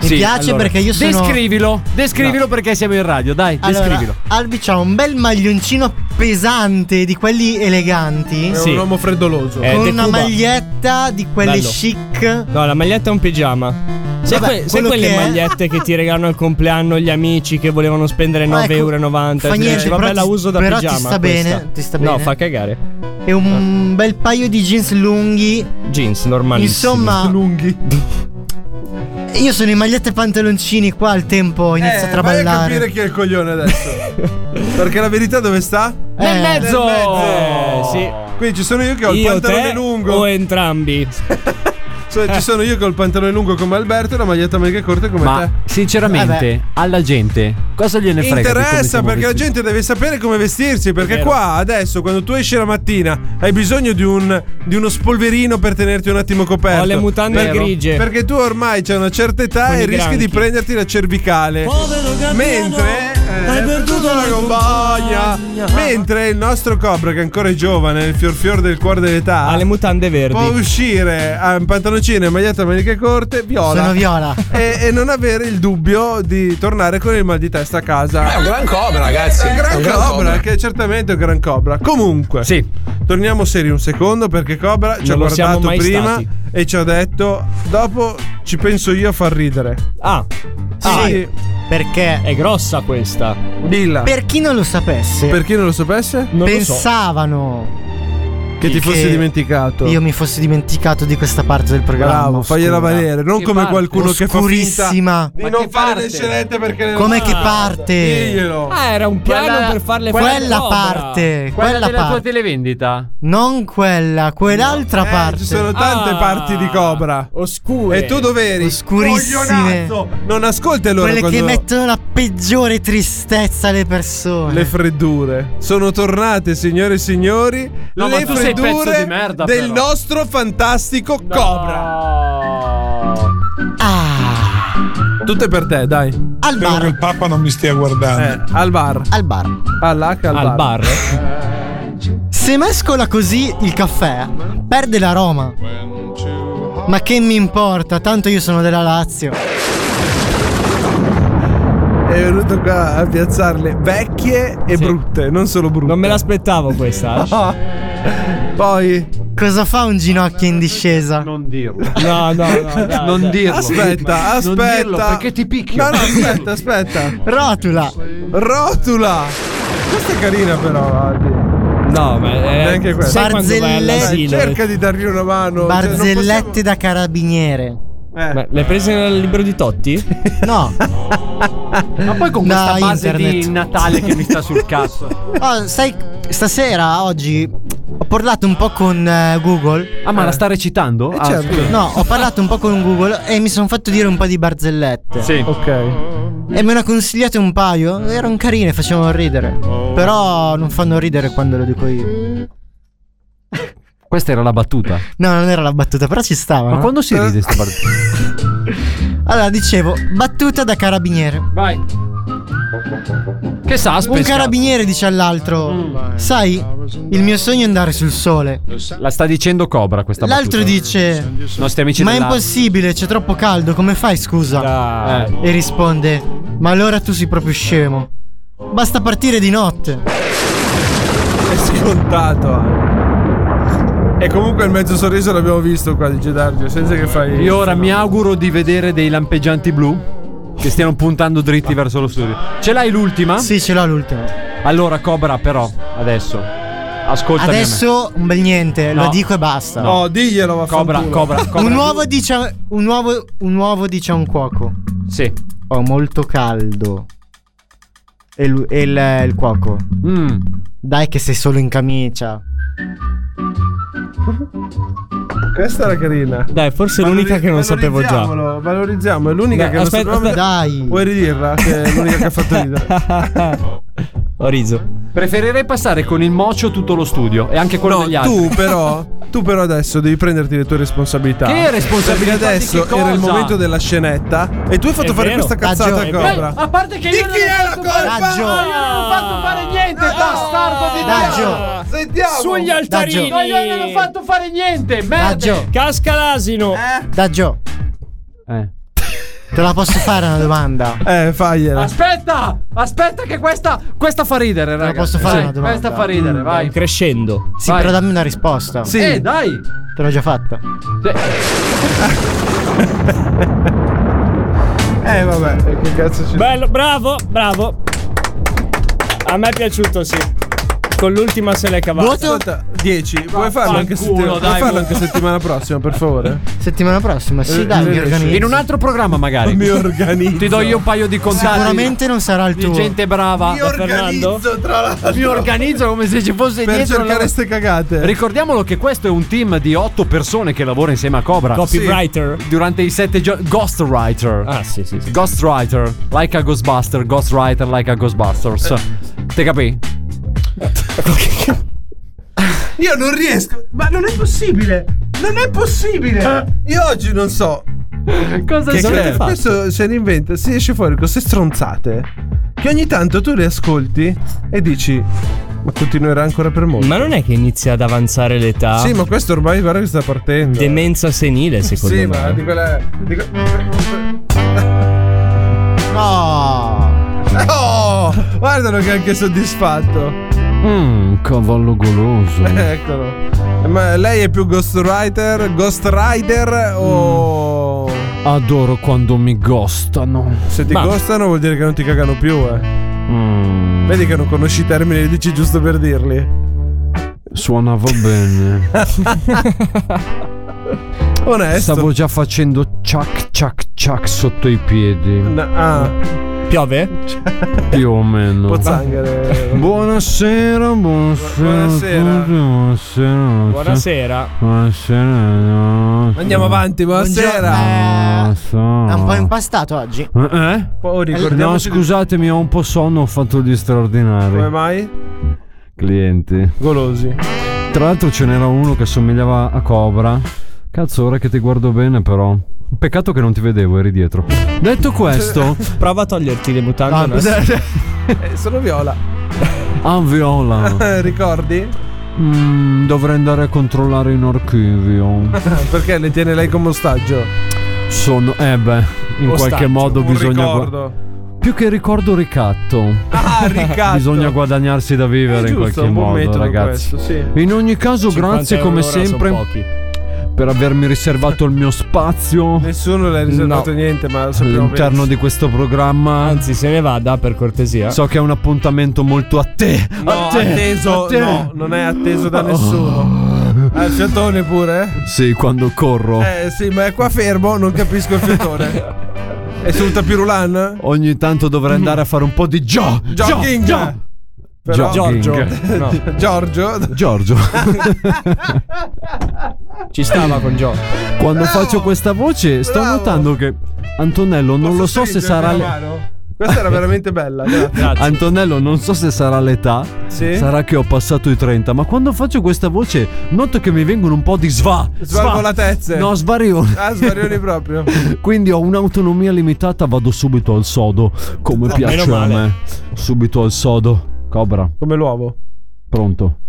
Mi Sì, piace allora, perché io sono. Descrivilo, descrivilo perché siamo in radio, dai, Allora, descrivilo. Albi ha un bel maglioncino pesante di quelli eleganti. È Eh, Sì. un uomo freddoloso. Eh, con De una Cuba. maglietta di quelle Bello. chic. No, la maglietta è un pigiama. Sai, Vabbè, que- sai quello quelle che è- magliette che ti regalano al compleanno gli amici che volevano spendere 9,90 Ma euro? ecco, fa niente, vabbè, però la ti- uso da però ti pigiama. sta questa. bene, ti sta No, bene. fa cagare. E un bel paio di jeans lunghi. Jeans, normalissimo. Insomma, Lunghi. io sono in magliette e pantaloncini. Qua al tempo ho iniziato a Eh, vai a capire ballare. chi è il *laughs* coglione adesso. Perché la verità dove sta? Nel mezzo! Eh, sì. Quindi ci sono io che ho il Io pantalone te lungo. o entrambi. Cioè, Eh. ci sono io che ho il pantalone lungo come Alberto e la maglietta mega corta come Ma te. sinceramente, Vabbè. alla gente cosa gliene frega? di come Interessa siamo perché la vestiti? gente deve sapere come vestirsi. Perché vero. qua adesso, quando tu esci la mattina, hai bisogno di, un- di uno spolverino per tenerti un attimo coperto. Ho le mutande Perché- grigie. Perché tu ormai c'hai una certa età Con i e rischi di granchi. prenderti la cervicale. Mentre eh, hai perduto la compagna. Mentre il nostro Cobra, che ancora è giovane, il fior fior del cuore dell'età, Ha le mutande può verdi. uscire a un pantaloncino e maglietta a maniche corte, viola. Sono viola. e, e non avere il dubbio di tornare con il mal di testa a casa. È un gran cobra, ragazzi. È un gran, cobra, che certamente è un gran cobra. Comunque, Sì. torniamo seri un secondo perché Cobra ci Non ha lo siamo guardato mai prima stati. e ci ha detto: Dopo ci penso io a far ridere. Ah, Sì, perché è grossa questa. Dilla. per chi non lo sapesse, Per chi non lo sapesse, Non lo so. pensavano che ti fossi dimenticato. Io mi fossi dimenticato di questa parte del programma. Bravo, fagliela oscura. valere. Non Che come parte. qualcuno che fa finta di Oscurissima. Ma non che fare le parte? scenette perché le- Come che parte? Diglielo. Ah, era un piano Quella- per farle fare Quella Cobra. parte, Quella, quella della tua parte. televendita? Non quella, quell'altra Eh, parte. Ci sono tante Ah. parti di Cobra. Oscure. E tu dov'eri? Oscurissime. Coglionazzo! Non ascolta allora Quelle quando che mettono la peggiore tristezza alle persone. le freddure. Sono tornate, signore e signori, No, ma le tu sei pezzo freddure di merda, del però. nostro fantastico Cobra. ah, Tutte per te, dai. al bar, il Papa non mi stia guardando. Eh, al bar. al bar. All'H al, Al bar. Se mescola così il caffè, perde l'aroma. Ma che mi importa, tanto io sono della Lazio. È venuto qua a piazzarle vecchie e brutte, non solo brutte. Non me l'aspettavo questa. eh. Poi Cosa fa un ginocchio in discesa? Non dirlo. No, no, *laughs* no. dai, Non dai. dirlo. Aspetta, Non aspetta. dirlo, perché ti picchio. No, no, aspetta, aspetta. Rotula. Rotula. Questa è carina però, Albi. No, eh, ma è Neanche questa. sai quando vai Dai, all'asilo? cerca di dargli una mano. cioè, non Barzellette da carabiniere. Ma l'hai presa nel libro di *laughs* Totti? No. Ma poi con Da questa base di internet. Natale che mi sta sul cazzo. Oh, sai, stasera, oggi, ho parlato un po' con eh, Google. Ah, ma la sta recitando? Ah, certo. scusa. No, ho parlato un po' con Google e mi sono fatto dire un po' di barzellette. Sì. Ok. E me ne ha consigliate un paio. Erano carine, facevano ridere. Però non fanno ridere quando lo dico io. Questa era la battuta. No, non era la battuta, però ci stava. Ma no? quando si ride sta battuta? Eh? Allora, dicevo, battuta da carabiniere. Vai. Che sa, Un carabiniere dice all'altro: Sai, il mio sogno è andare sul sole. La Mm. sta dicendo Cobra questa L'altro battuta. dice: Nostri amici Ma è dell'Arma. impossibile, c'è troppo caldo, come fai scusa? Dai. E risponde: Ma allora tu sei proprio scemo. Basta partire di notte. È scontato anche. E comunque il mezzo sorriso l'abbiamo visto qua di Gedargio, senza che fai. Io ora mi auguro di vedere dei lampeggianti blu che stiano puntando dritti verso lo studio. Ce l'hai l'ultima? Sì, ce l'ho l'ultimo. Allora, Cobra, però, adesso. Ascoltami. a Adesso un bel niente, No. lo dico e basta. No. Oh, diglielo, va me. Cobra, Cobra, Cobra. Un uovo dice a- un uovo, un uovo dice a un cuoco: Sì. Ho molto caldo. E, lui- e il, il cuoco: Mm. Dai, che sei solo in camicia. Questa era carina. Dai, forse *laughs* è l'unica che non sapevo già. Valorizziamolo, Valorizziamo, è l'unica Dai, che aspetta, non sapevo. aspetta. Dai. Vuoi ridirla? Che è l'unica che ha fatto *laughs* ridere. Ho riso. Preferirei passare con il mocio tutto lo studio e anche quello No, degli altri. tu però, tu però adesso devi prenderti le tue responsabilità. Che responsabilità Perché di adesso che cosa? era il momento della scenetta e tu hai fatto È fare vero. questa cazzata Ragione, è Eh, Cobra. a parte che Di io non chi ho è la fatto fare- colpa? Raggio. Io non ho fatto fare niente, bastardo di merda. Daggio, Sentiamo. Sugli altarini. Ma io non ho fatto fare niente, merda. Daggio, Casca l'asino. Daggio, Eh. te la posso fare una domanda? Eh, fagliela. Aspetta, aspetta che questa Ah, questa fa ridere, raga. posso fare Vai, una domanda? Questa fa ridere, vai. Crescendo. Sì, Vai. però dammi una risposta. Sì. Eh, dai. Te l'ho già fatta. Eh, vabbè, che cazzo ci Bello, bravo, bravo. A me è piaciuto, sì. Con l'ultima se l'è cavata. Voto 10. Vuoi farlo anche, fanculo, settima- Eh, dai, boh. vuoi farlo mo. anche settimana prossima, per *laughs* favore? settimana prossima. Sì, Eh, dai, mi invece- organizzo. In un altro programma magari. Mi organizzo. Ti do io un paio di contatti. Sicuramente non sarà il di tuo. gente brava. Mi organizzo, tra l'altro. Mi organizzo come se ci fosse per dietro. cercare la- ste cagate. Ricordiamolo che questo è un team di otto persone che lavora insieme a Cobra. Copywriter. Durante i sette giorni. Ghostwriter. Ah, sì, sì, sì. Ghostwriter. Like a Ghostbuster. Ghostwriter like a Ghostbusters. Eh. Te capì? io non riesco. Ma non è possibile. Non è possibile. Io oggi non so. Eh. Cosa Che avete cazzo- fatto? questo se ne inventa, si esce fuori con queste stronzate. Che ogni tanto tu le ascolti e dici. Ma continuerà ancora per molto. Ma non è che inizia ad avanzare l'età? Sì, ma questo ormai guarda che sta partendo. Demenza senile, secondo sì, me. ma di quella. Di que- No. *laughs* Oh, guardalo che è anche soddisfatto. Mmm, cavallo *laughs* goloso. Eccolo. Ma lei è più ghostwriter, ghost rider o... Mm. Adoro quando mi gostano. Se ti Ma- ghostano vuol dire che non ti cagano più, eh. Mmm, Vedi che non conosci i termini, li dici giusto per dirli. suonava bene. Onesto. Stavo già facendo ciac ciac ciac sotto i piedi. No, ah, Piove? Più o meno. *laughs* pozzanghere. Buonasera, buonasera. Buonasera. tutti, Buonasera. Buonasera. Buonasera. Andiamo avanti, buonasera. Buongiorno. Eh, È un po' Buonasera. impastato oggi. Eh? Poi No, ricordiamoci scusatemi, ho un po' sonno, ho fatto gli come straordinari. mai? Clienti. Golosi. Eh, Tra l'altro ce n'era uno che somigliava a Cobra. Cazzo, ora che ti guardo bene, però. Peccato che non ti vedevo, eri dietro. Detto questo, *laughs* Prova a toglierti le mutande. No, adesso. *laughs* Eh, sono Viola. ah, *laughs* Viola. Eh, Ricordi? Mm, dovrei andare a controllare in *laughs* archivio. Perché le tiene lei come ostaggio? Sono. Eh beh, in Ostaggio, qualche modo Un bisogna. gua- ricordo. più che ricordo ricatto. *laughs* Ah, ricatto. Bisogna guadagnarsi da vivere È Eh, giusto, in qualche un buon modo, metodo ragazzi. questo, sì. In ogni caso, 50 grazie euro come l'ora son pochi. sempre per avermi riservato il mio spazio. Nessuno le ha riservato No. niente, ma lo sappiamo All'interno benissimo. di questo programma. Anzi, se ne vada per cortesia. So che è un appuntamento molto a te. No, a te, atteso, a te. no, non è atteso da nessuno. Ah, il fiatone pure? Sì, quando corro. Eh sì, ma è qua fermo, non capisco il fiatone. *laughs* è sul tapirulan? Ogni tanto dovrei andare a fare un po' di gio. gio- Jogging! gio- Però- jogging. Giorgio. No. Giorgio. Giorgio. Ci stava con Gio. Quando faccio questa voce, sto notando che Antonello non lo so se sarà. la le- mano? Questa era veramente bella. grazie. Antonello, non so se sarà l'età. Sì. Sarà che ho passato i 30. Ma quando faccio questa voce, noto che mi vengono un po' di sva. sva- Svalvolatezze. No, svarioni. Ah, svarioni proprio. Quindi ho un'autonomia limitata, vado subito al sodo. Come No, piace meno a male. me. Subito al sodo. Cobra, Come l'uovo. *laughs* pronto.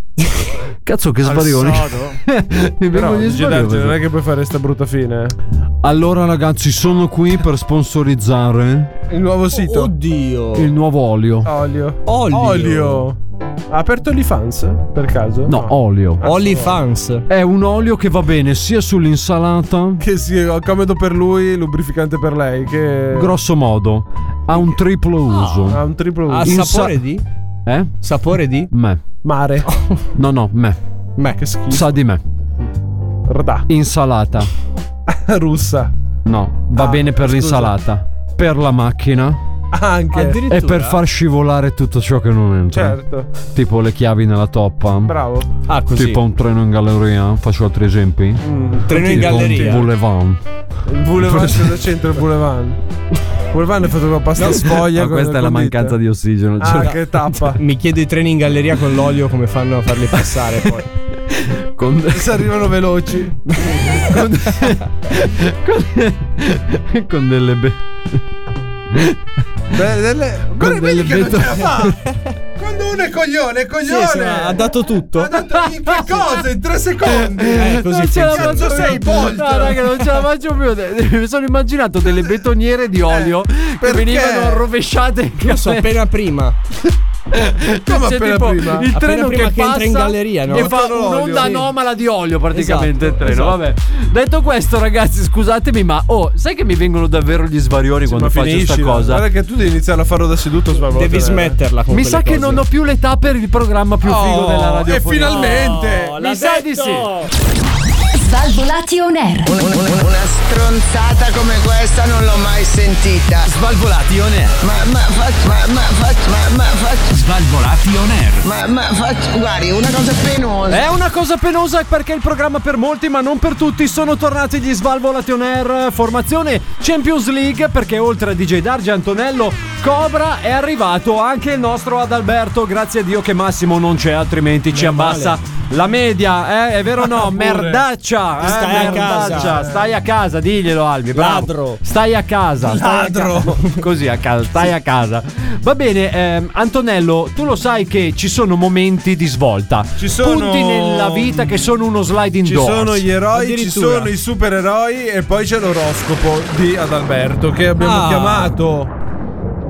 Cazzo, che svarioni. *laughs* Mi Però, vengono gli Gigi svarioni. D'Angelo, non è che puoi fare sta brutta fine. Allora ragazzi, sono qui per sponsorizzare Il nuovo sito. Oddio. il nuovo olio. Olio. Olio. Olio. Ha aperto OnlyFans per caso? No, olio. OnlyFans. È un olio che va bene sia sull'insalata, Che sia comodo per lui, lubrificante per lei. Che grosso modo, ha un triplo ha uso. un triplo Ah, Ha uso. In sapore sa- di? Eh? Sapore di? Me. *laughs* Mare. No, no, me. Beh, Che schifo. Sa di me. Rodà. Insalata. *laughs* Russa. No, va Ah, bene per scusa. l'insalata, per la macchina Anche. e per far scivolare tutto ciò che non entra. Certo. Tipo le chiavi nella toppa. Bravo. Ah, così. Tipo un treno in galleria, faccio altri esempi. Mm. treno in Tipo un galleria. Volevamo. Il Boulevard *laughs* cosa c'entra il Boulevard? Boulevard è fatto con la pasta *laughs* sfoglia. con le condite. ossigeno. cioè Ah, che tappa. *laughs* Mi chiedo i treni in galleria con l'olio come fanno a farli *laughs* passare poi. Con, Se arrivano veloci. con- *laughs* con delle be- Beh, delle... Guarda, vedi delle che non beto- ce la fa. Quando uno è coglione, è coglione. ha dato tutto. Ha dato in che cosa? In tre secondi. Eh, così non ce la funziona. faccio Cazzo sei, più. Bolt? No, raga, non ce la faccio più. Mi sono immaginato delle betoniere di olio che Eh, perché? venivano rovesciate in So, galleria. appena *laughs* prima. Come C'è appena tipo prima? il treno prima che, che passa entra in galleria, no? e fa Buttano l'olio. un'onda Sì. anomala di olio praticamente il Esatto, treno. esatto. Vabbè. Detto questo, ragazzi, scusatemi, ma oh, sai che mi vengono davvero gli svarioni quando Ma faccio finiscila. questa cosa? Guarda che tu devi iniziare a farlo da seduto. Svalvolata. Devi smetterla con Mi quelle sa che cose. non ho più l'età per il programma più figo della radio. Oh, Oh, E finalmente. Mi sa di sì. Svalvolati on air. Una stronzata come questa non l'ho mai sentita. Svalvolati on air. Ma, ma, fac- ma, ma, fac- ma, ma, fac- Svalvolati on air. ma, ma, fac- guardi, una cosa penosa. È una cosa penosa perché il programma per molti, ma non per tutti, sono tornati gli Svalvolati on Air. eh, Formazione Champions League perché oltre a DJ Darge Antonello Cobra è arrivato anche il nostro Adalberto. Grazie a Dio che Massimo non c'è, altrimenti ci abbassa la media. Eh? È vero o no? Merdaccia. eh, Stai a merdaccia. casa. Stai a casa, diglielo Albi. bravo. Ladro. Stai a casa. stai a Ladro. casa. *laughs* Così a casa, stai a casa. Va bene, ehm, Antonello, tu lo sai che ci sono momenti di svolta. Ci sono- punti nella vita che sono uno sliding Ci doors. sono gli eroi, ci Addirittura. sono i supereroi e poi c'è l'oroscopo di Adalberto che abbiamo Ah. chiamato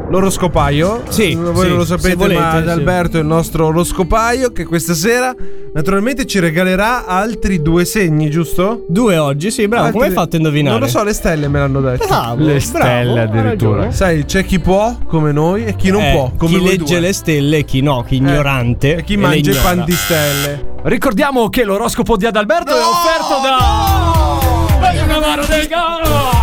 l'oroscopaio. Sì, voi sì, non lo se sapete, volete, ma sì. Adalberto è il nostro oroscopaio che questa sera naturalmente ci regalerà altri due segni, giusto? Due oggi, sì, bravo. Altri- Come hai fatto a indovinare? Non lo so, le stelle me l'hanno detto. Bravo, Le Ah, bravo, stelle hai addirittura. ragione. Sai, c'è chi può come noi e chi non Eh, può come chi voi legge due. Eh. le stelle e chi no, chi ignorante. e chi le mangia i ignora. pan di stelle. Ricordiamo che l'oroscopo di Adalberto è offerto da. Voglio una mano del cavolo!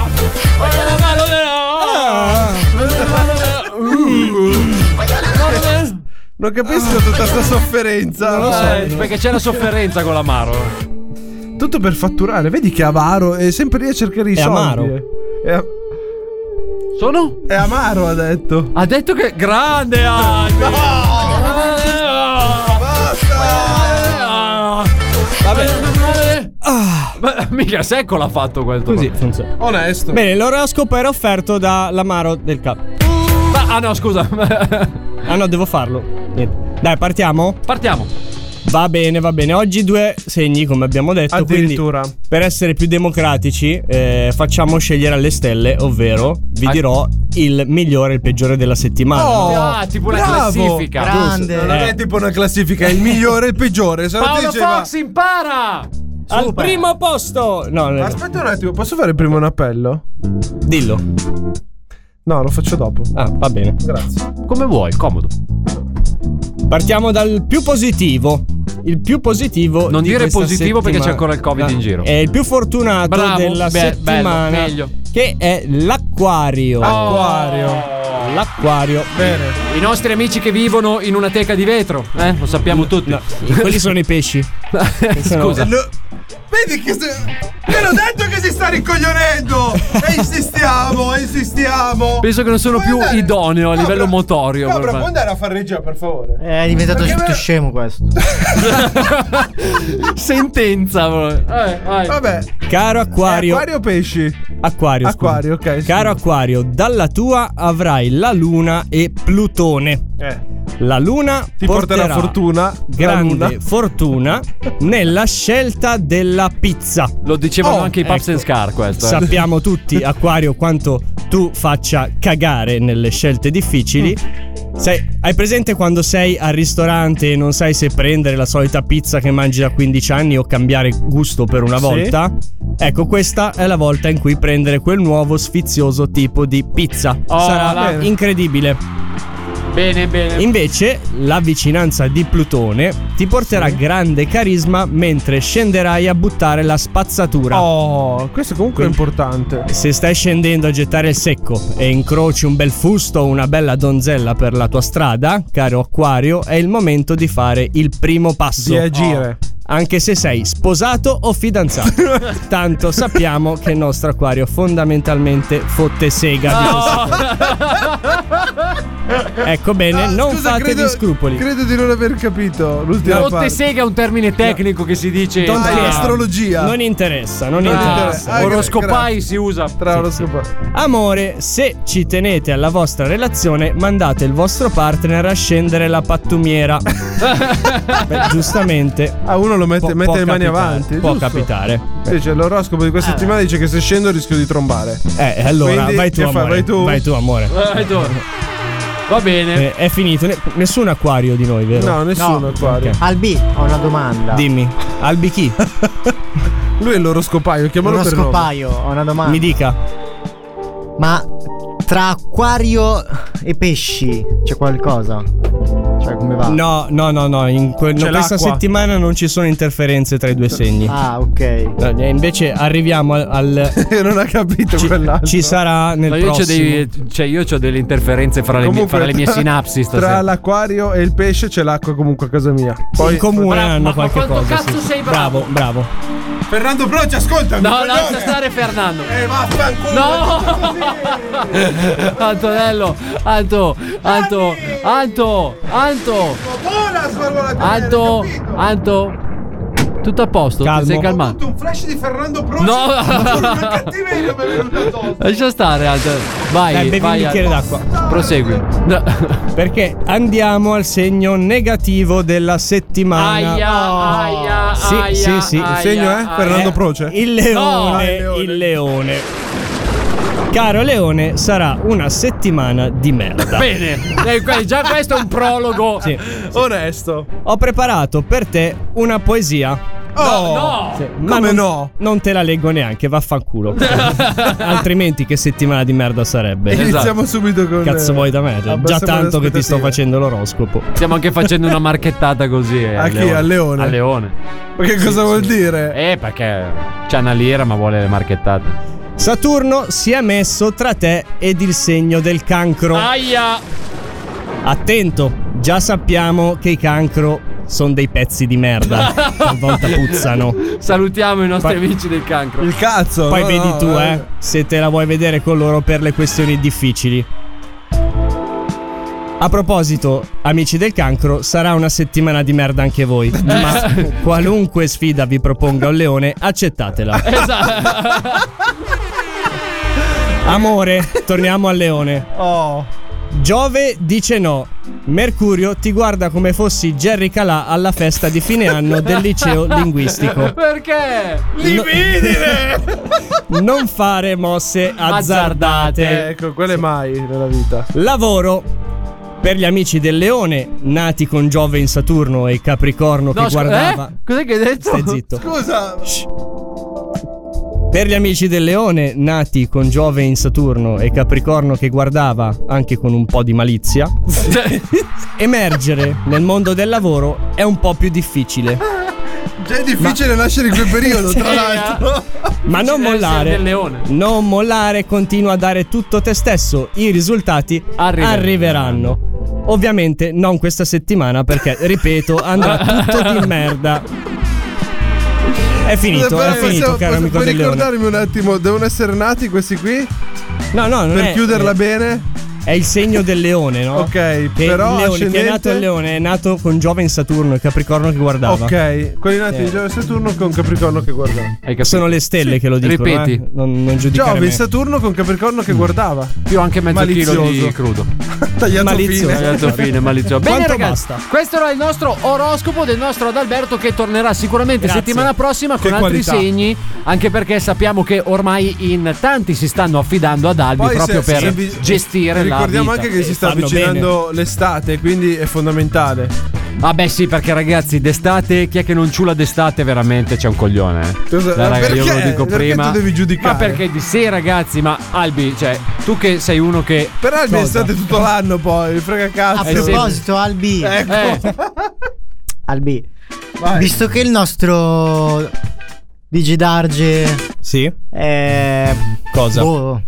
Voglio una mano Ah. del. Voglio una mano del- Voglio una mano del- Non Ah. capisco tutta sta sofferenza. Eh, Perché c'è la sofferenza con l'amaro. Tutto per fatturare, vedi che avaro è sempre lì a cercare i È soldi. amaro. È, Sono? è amaro, ha detto. Ha detto che. Grande Albi! Ah. Vabbè. Ah. Ma mica secco l'ha fatto questo. Così qua. funziona. Onesto. Bene, l'oroscopo era offerto da Lamaro del Cap. Ma- ah no, scusa. Ah no, devo farlo. Niente. Dai, partiamo? Partiamo. Va bene, va bene. Oggi due segni, come abbiamo detto. Addirittura. quindi, per essere più democratici, eh, facciamo scegliere alle stelle, ovvero vi dirò il migliore e il peggiore della settimana. ah, tipo una classifica. Oh, Grande. Eh. Non Eh, è tipo una classifica, è *laughs* il migliore e il peggiore. Se no Paolo diceva- Fox impara! Al primo posto! No, no, no. Aspetta un attimo, posso fare prima un appello? Dillo. No, lo faccio dopo. Ah, va bene. Grazie. Come vuoi, comodo. Partiamo dal più positivo. Il più positivo. Non di dire questa positivo perché c'è ancora settimana- il Covid in giro. È il più fortunato Bravo, della be- settimana. bello, meglio. Oh. Che è l'acquario. L'acquario. Bene. I nostri amici che vivono in una teca di vetro, eh? Lo sappiamo tutti. Quelli sono i pesci. *laughs* Scusa. Lo- Vedi che se... Te l'ho detto che si sta ricoglionendo! e insistiamo, e insistiamo! Penso che non sono più idoneo a livello motorio. Cobra, per puoi fare- andare a fare regia, per favore? È diventato Perché tutto me- scemo questo. Sentenza. proprio. Eh, vai. Vabbè. Eh, Caro acquario. Acquario o pesci? Acquario, scusa. Acquario, ok. sì. Caro acquario, dalla tua avrai la luna e Plutone. Eh. La luna Ti porterà fortuna, la luna. Grande fortuna nella scelta della pizza. Lo dicevano Oh, anche i Pops ecco. and Scar questo. eh. Sappiamo tutti, Acquario, quanto tu faccia cagare nelle scelte difficili. Sai, hai presente quando sei al ristorante e non sai se prendere la solita pizza che mangi da 15 anni o cambiare gusto per una Sì. volta? Ecco, questa è la volta in cui prendere quel nuovo sfizioso tipo di pizza. Oh, Sarà la- incredibile. Bene, bene. Invece, la vicinanza di Plutone ti porterà grande carisma mentre scenderai a buttare la spazzatura. Oh, questo comunque è importante. Se stai scendendo a gettare il secco e incroci un bel fusto o una bella donzella per la tua strada, caro acquario, è il momento di fare il primo passo. Di agire. Oh. Anche se sei sposato o fidanzato. *laughs* *laughs* Tanto sappiamo che il nostro acquario fondamentalmente fotte sega. Ah. di Oh, questo. Ecco bene, Ah, non scusa, fatevi credo- scrupoli. Credo di non aver capito l'ultima Rotte parte. sega è un termine tecnico che si dice. Ah, tra- in astrologia. Non interessa, non tra- interessa. Ah, Oroscopai gra- si usa. Tra lo scopo. Amore, se ci tenete alla vostra relazione, mandate il vostro partner a scendere la pattumiera. *laughs* Beh, giustamente. Ah, uno lo mette, Può- mette può le mani capitare, avanti. Può giusto? capitare. Sì, cioè, l'oroscopo di questa settimana dice che se scendo rischio di trombare. Eh, allora, Quindi, vai tu, che fai? amore. Vai tu? amore. *laughs* Vai tu. Va bene. Eh, è finito. Ne- nessun acquario di noi, vero? No, nessuno acquario. Ok. Albi, ho una domanda. Dimmi, *laughs* Albi chi? Lui è l'oroscopaio, chiamalo Uno per nome. scopaio, ho una domanda. Mi dica. Ma tra acquario e pesci c'è qualcosa? Cioè, come va? No, no, no, no. In que- no, C'è questa l'acqua. settimana non ci sono interferenze tra i due segni. Ah, ok. Eh, Invece arriviamo al. *laughs* al- Che non ha capito ci, quell'altro. ci sarà nel Ma io ho prossimo. cioè io c'ho delle interferenze fra le, mie, Comunque, fra le mie tra- sinapsi Tra stasera. l'acquario e il pesce c'è l'acqua comunque a casa mia. Poi in comune Bra- ma- hanno ma qualche quanto cosa. cazzo sei bravo? Bravo, bravo. Fernando Broci, ascoltami. No, lascia stare Fernando. Eh, vaffanculo. *laughs* No! Antonello, Anto, Anto, Anto, Anto, Buona svalvolata. Anto, Anto. Tutto a posto, Calmo. ti sei calmato. un flash di Fernando Broci. No. Una cattiveria mi è venuta addosso. Lascia stare, Anto. Vai, Dai, bevi un vai, bicchiere Anto. d'acqua. Prosegui. No. Perché andiamo al segno negativo della settimana. Aia, aia, Oh. Sì, aia, sì, sì. eh, Il aia, segno è aia. Fernando Proce. Il leone, No. il leone. Caro leone, sarà una settimana di merda. Bene, *laughs* Eh, que- già questo è un prologo. Sì. Onesto. Ho preparato per te una poesia. Oh, No! *laughs* Sì, Come non, no? Non te la leggo neanche, vaffanculo. Altrimenti che settimana di merda sarebbe? Iniziamo subito con. eh, Cazzo vuoi da me? Già- Già abbassiamo le tanto che ti sto aspettative. facendo l'oroscopo. Stiamo anche facendo una marchettata così. eh, A chi? Al leone? Al leone. Ma che cosa vuol dire? Eh, perché c'è una lira ma vuole le marchettate. Saturno si è messo tra te ed il segno del cancro. Ah. Aia! Attento, già sappiamo che i cancro sono dei pezzi di merda. Talvolta puzzano. *laughs* Salutiamo i nostri Poi- amici del cancro. Il cazzo. Poi no, vedi no, tu, eh, se te la vuoi vedere con loro per le questioni difficili. A proposito, amici del cancro, sarà una settimana di merda anche voi. Ma Eh. qualunque sfida vi proponga un leone, accettatela. Esatto. Amore, torniamo al leone. Oh. Giove dice no. Mercurio ti guarda come fossi Jerry Calà alla festa di fine anno del *laughs* liceo linguistico. Perché? Non fare mosse *laughs* azzardate. Eh, ecco, quelle mai nella vita. Lavoro. Per gli amici del leone, nati con Giove in Saturno e Capricorno No, che scu- guardava. eh? Cos'è che hai detto? Stai zitto. Scusa. Per gli amici del leone, nati con Giove in Saturno e Capricorno che guardava anche con un po' di malizia, *laughs* emergere nel mondo del lavoro è un po' più difficile. Eh, Già è difficile nascere in quel periodo, *laughs* tra Eh, Sì, l'altro. Ma non Difficile essere mollare, del leone. non mollare, continua a dare tutto te stesso. I risultati Arriveranno. arriveranno. Ovviamente non questa settimana perché, ripeto, andrà tutto di merda. È finito, Scusa, è però, possiamo- finito, caro amico puoi del leone. ricordarmi un attimo, devono essere nati questi qui? No, no, non Per è- chiuderla eh, bene? È il segno del leone, no? Ok, Che però il leone, chi è ascendente- nato il leone è nato con Giove in Saturno e Capricorno che guardava. Ok, quelli nati in Eh. Giove e Saturno con Capricorno che guardava. Sono le stelle che lo dicono. Ripeti. eh. Non, non giudicare Giove me. Mm. in Saturno con Capricorno che guardava. Più anche mezzo Malizioso. chilo di crudo. Tagliato Malizioso. fine. *laughs* Tagliato fine, malizioso. Bene Quanto ragazzi, basta? questo era il nostro oroscopo del nostro Adalberto che tornerà sicuramente Grazie. settimana prossima Che con altri qualità. segni, anche perché sappiamo che ormai in tanti si stanno affidando ad Albi Poi proprio se- per se vi- gestire Ricordiamo la vita. anche che E si sta fanno avvicinando l'estate, quindi è fondamentale. Ah beh sì, perché ragazzi, d'estate, chi è che non ciula d'estate veramente c'è un coglione. eh. Cosa- Dai, raga, io ve lo perché? dico Perché prima. tu devi giudicare? Ma perché di sì ragazzi, ma Albi, cioè, tu che sei uno che... Per Albi è Cosa? estate tutto l'anno poi, frega cazzo. Ecco. A Eh, sì. proposito, Albi, Eh, Albi, visto che il nostro Digidarge Sì? è Cosa? boh,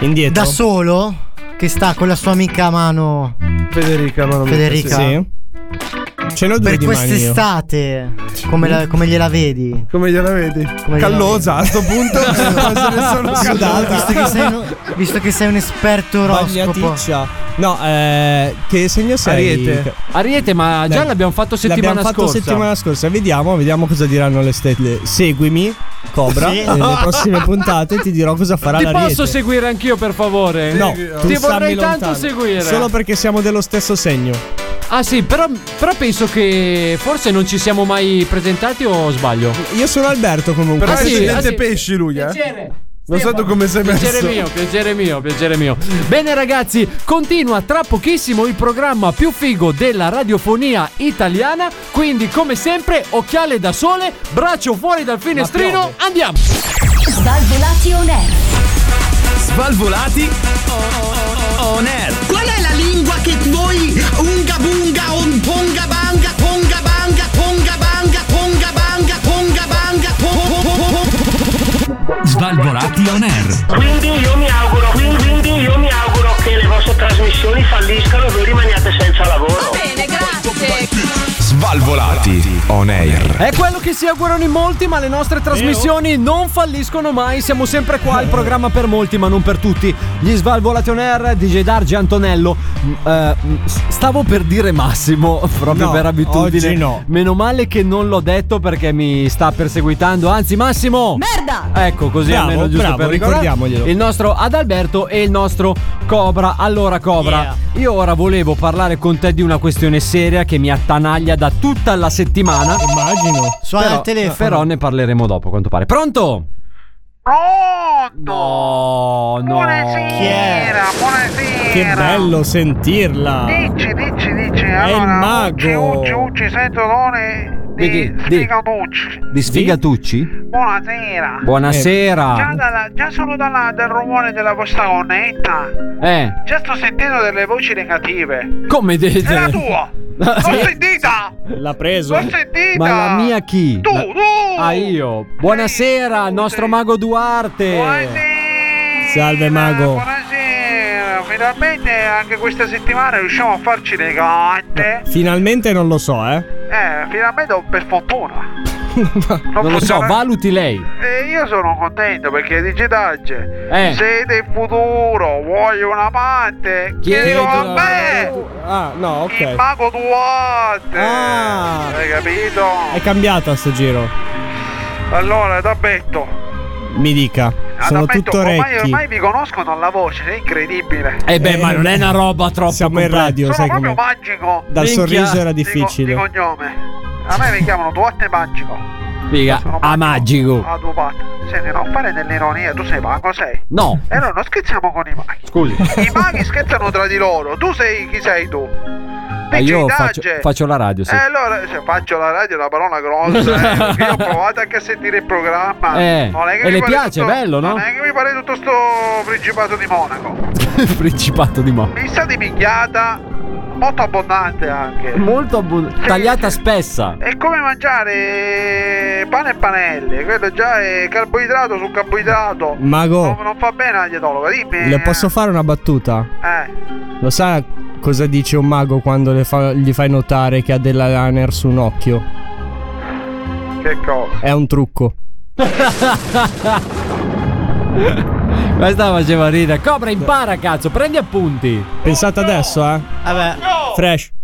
Indietro. da solo che sta con la sua amica a mano Federica, ma non mi Federica. piace. Sì. Ce n'ho due per di mani io. quest'estate, come, la- come gliela vedi? Come gliela vedi? Come gliela Callosa, a sto *laughs* punto. eh, se ne sono Visto callosa. che, sei un, visto che sei un esperto oroscopo, Bagnaticcia. No, eh, che segno sei? Ariete. Ariete, ma già Dai. l'abbiamo fatto settimana L'abbiamo fatto scorsa. settimana scorsa. Vediamo, vediamo cosa diranno le stelle. Seguimi, Cobra. Sì. e Nelle prossime puntate ti dirò cosa farà Ti la posso seguire anch'io, per favore? No, tu stammi Ti vorrei tanto lontano. seguire. Solo perché siamo dello stesso segno. Ah, sì, però, però penso che forse non ci siamo mai presentati o sbaglio? Io sono Alberto comunque. Però Ah, è sì, ascendente ah, sì. pesci lui, eh. Piacere. Non so Stefano. tu come sei messo. Piacere mio, piacere mio, piacere mio. Bene ragazzi, continua tra pochissimo il programma più figo della radiofonia italiana, quindi come sempre occhiale da sole, braccio fuori dal finestrino, andiamo. Svalvolati on air. Svalvolati on air. Qual è la lingua che voi unga bunga on ponga banga ponga banga ponga banga ponga banga ponga banga po- po- po- po- po- Svalvolati on air. Quindi io mi auguro, quindi, quindi io mi auguro che le vostre trasmissioni falliscano e voi rimaniate senza lavoro. Bene, grazie. Svalvolati on air. È quello che si augurano in molti, ma le nostre Eh, oh. trasmissioni non falliscono mai. Siamo sempre qua, il programma per molti, ma non per tutti. Gli Svalvolati on Air, DJ Dargi Antonello. Mm, eh, mm, s- stavo per dire Massimo, *laughs* proprio No, per abitudine. oggi no. Meno male che non l'ho detto perché mi sta perseguitando. Anzi, Massimo! Merda! Ecco, così Bravo, almeno giusto bravo, per ricordare. ricordiamoglielo. Il nostro Adalberto e il nostro Cobra. Allora, Cobra, io ora volevo parlare con te di una questione seria che mi attanaglia da tutta la settimana. Immagino. suona il telefono. Però ne parleremo dopo, quanto pare. Pronto? Pronto! No, no. Buonasera, buonasera. Che bello sentirla. Dici, dici, dici. È il Allora, Ucci, mago. Ucci, Ucci, sentolone Di di chi? Di- Sfigatucci. Di Sfigatucci? Buonasera. Eh, Già, Buonasera. dalla- già solo dalla- dal rumore della vostra cornetta. Eh, Già sto sentendo delle voci negative. come È la dite? *laughs* tua! L'ho sentita! L'ha preso. L'ho sentita! Ma la mia chi? Tu, La- tu! Ah, io. Buonasera, al nostro mago Duarte. Buonasera! Salve, mago. Buonasera! Finalmente anche questa settimana riusciamo a farci le carte. Eh, Finalmente non lo so, eh. Eh, finalmente o per fortuna. Non lo so, valuti lei. E io sono contento perché dice Dagge, Eh. se del futuro vuoi una parte, chiedilo a me! Ah, no, Il ok. mago Duarte! Ah. Hai capito? È cambiata sto giro. Allora, Dabetto, mi dica, Ecco. sono Adalberto, tutto Ah, ormai, orecchi. ormai mi conoscono la voce, è incredibile. Eh beh, ma non è una roba troppo Siamo in complessa. radio, sai Proprio com'è. magico. Dal Minchia. sorriso era Di co- difficile. Di cognome. A me mi chiamano Duarte Magico. Figa, a Ah, magico. A Duarte. Senti, non fare delle ironie, tu sei mago, sei? No. E noi non scherziamo con i maghi. Scusi. I maghi scherzano tra di loro. Tu sei chi sei tu? Ma DJ io faccio, Dagge. faccio la radio, sì. Eh, allora, se faccio la radio è una parola *laughs* grossa, eh, perché io ho provato anche a sentire il programma. Eh, Non è che e mi le pare piace, tutto- bello, no? Non è che mi pare tutto sto principato di Monaco. *laughs* Principato di mo. Missa di minchiata, molto abbondante anche. Molto abbu- tagliata spessa. È come mangiare pane e panelle, quello già è carboidrato su carboidrato. Mago. Non, non fa bene alla dietologa, dimmi. Le posso fare una battuta? Eh, Lo sa cosa dice un mago quando le fa- gli fai notare che ha della liner su un occhio? che cosa? È un trucco. *laughs* Questa faceva ridere. Cobra, impara, cazzo, prendi appunti. Pensate adesso, eh? Vabbè. Fresh.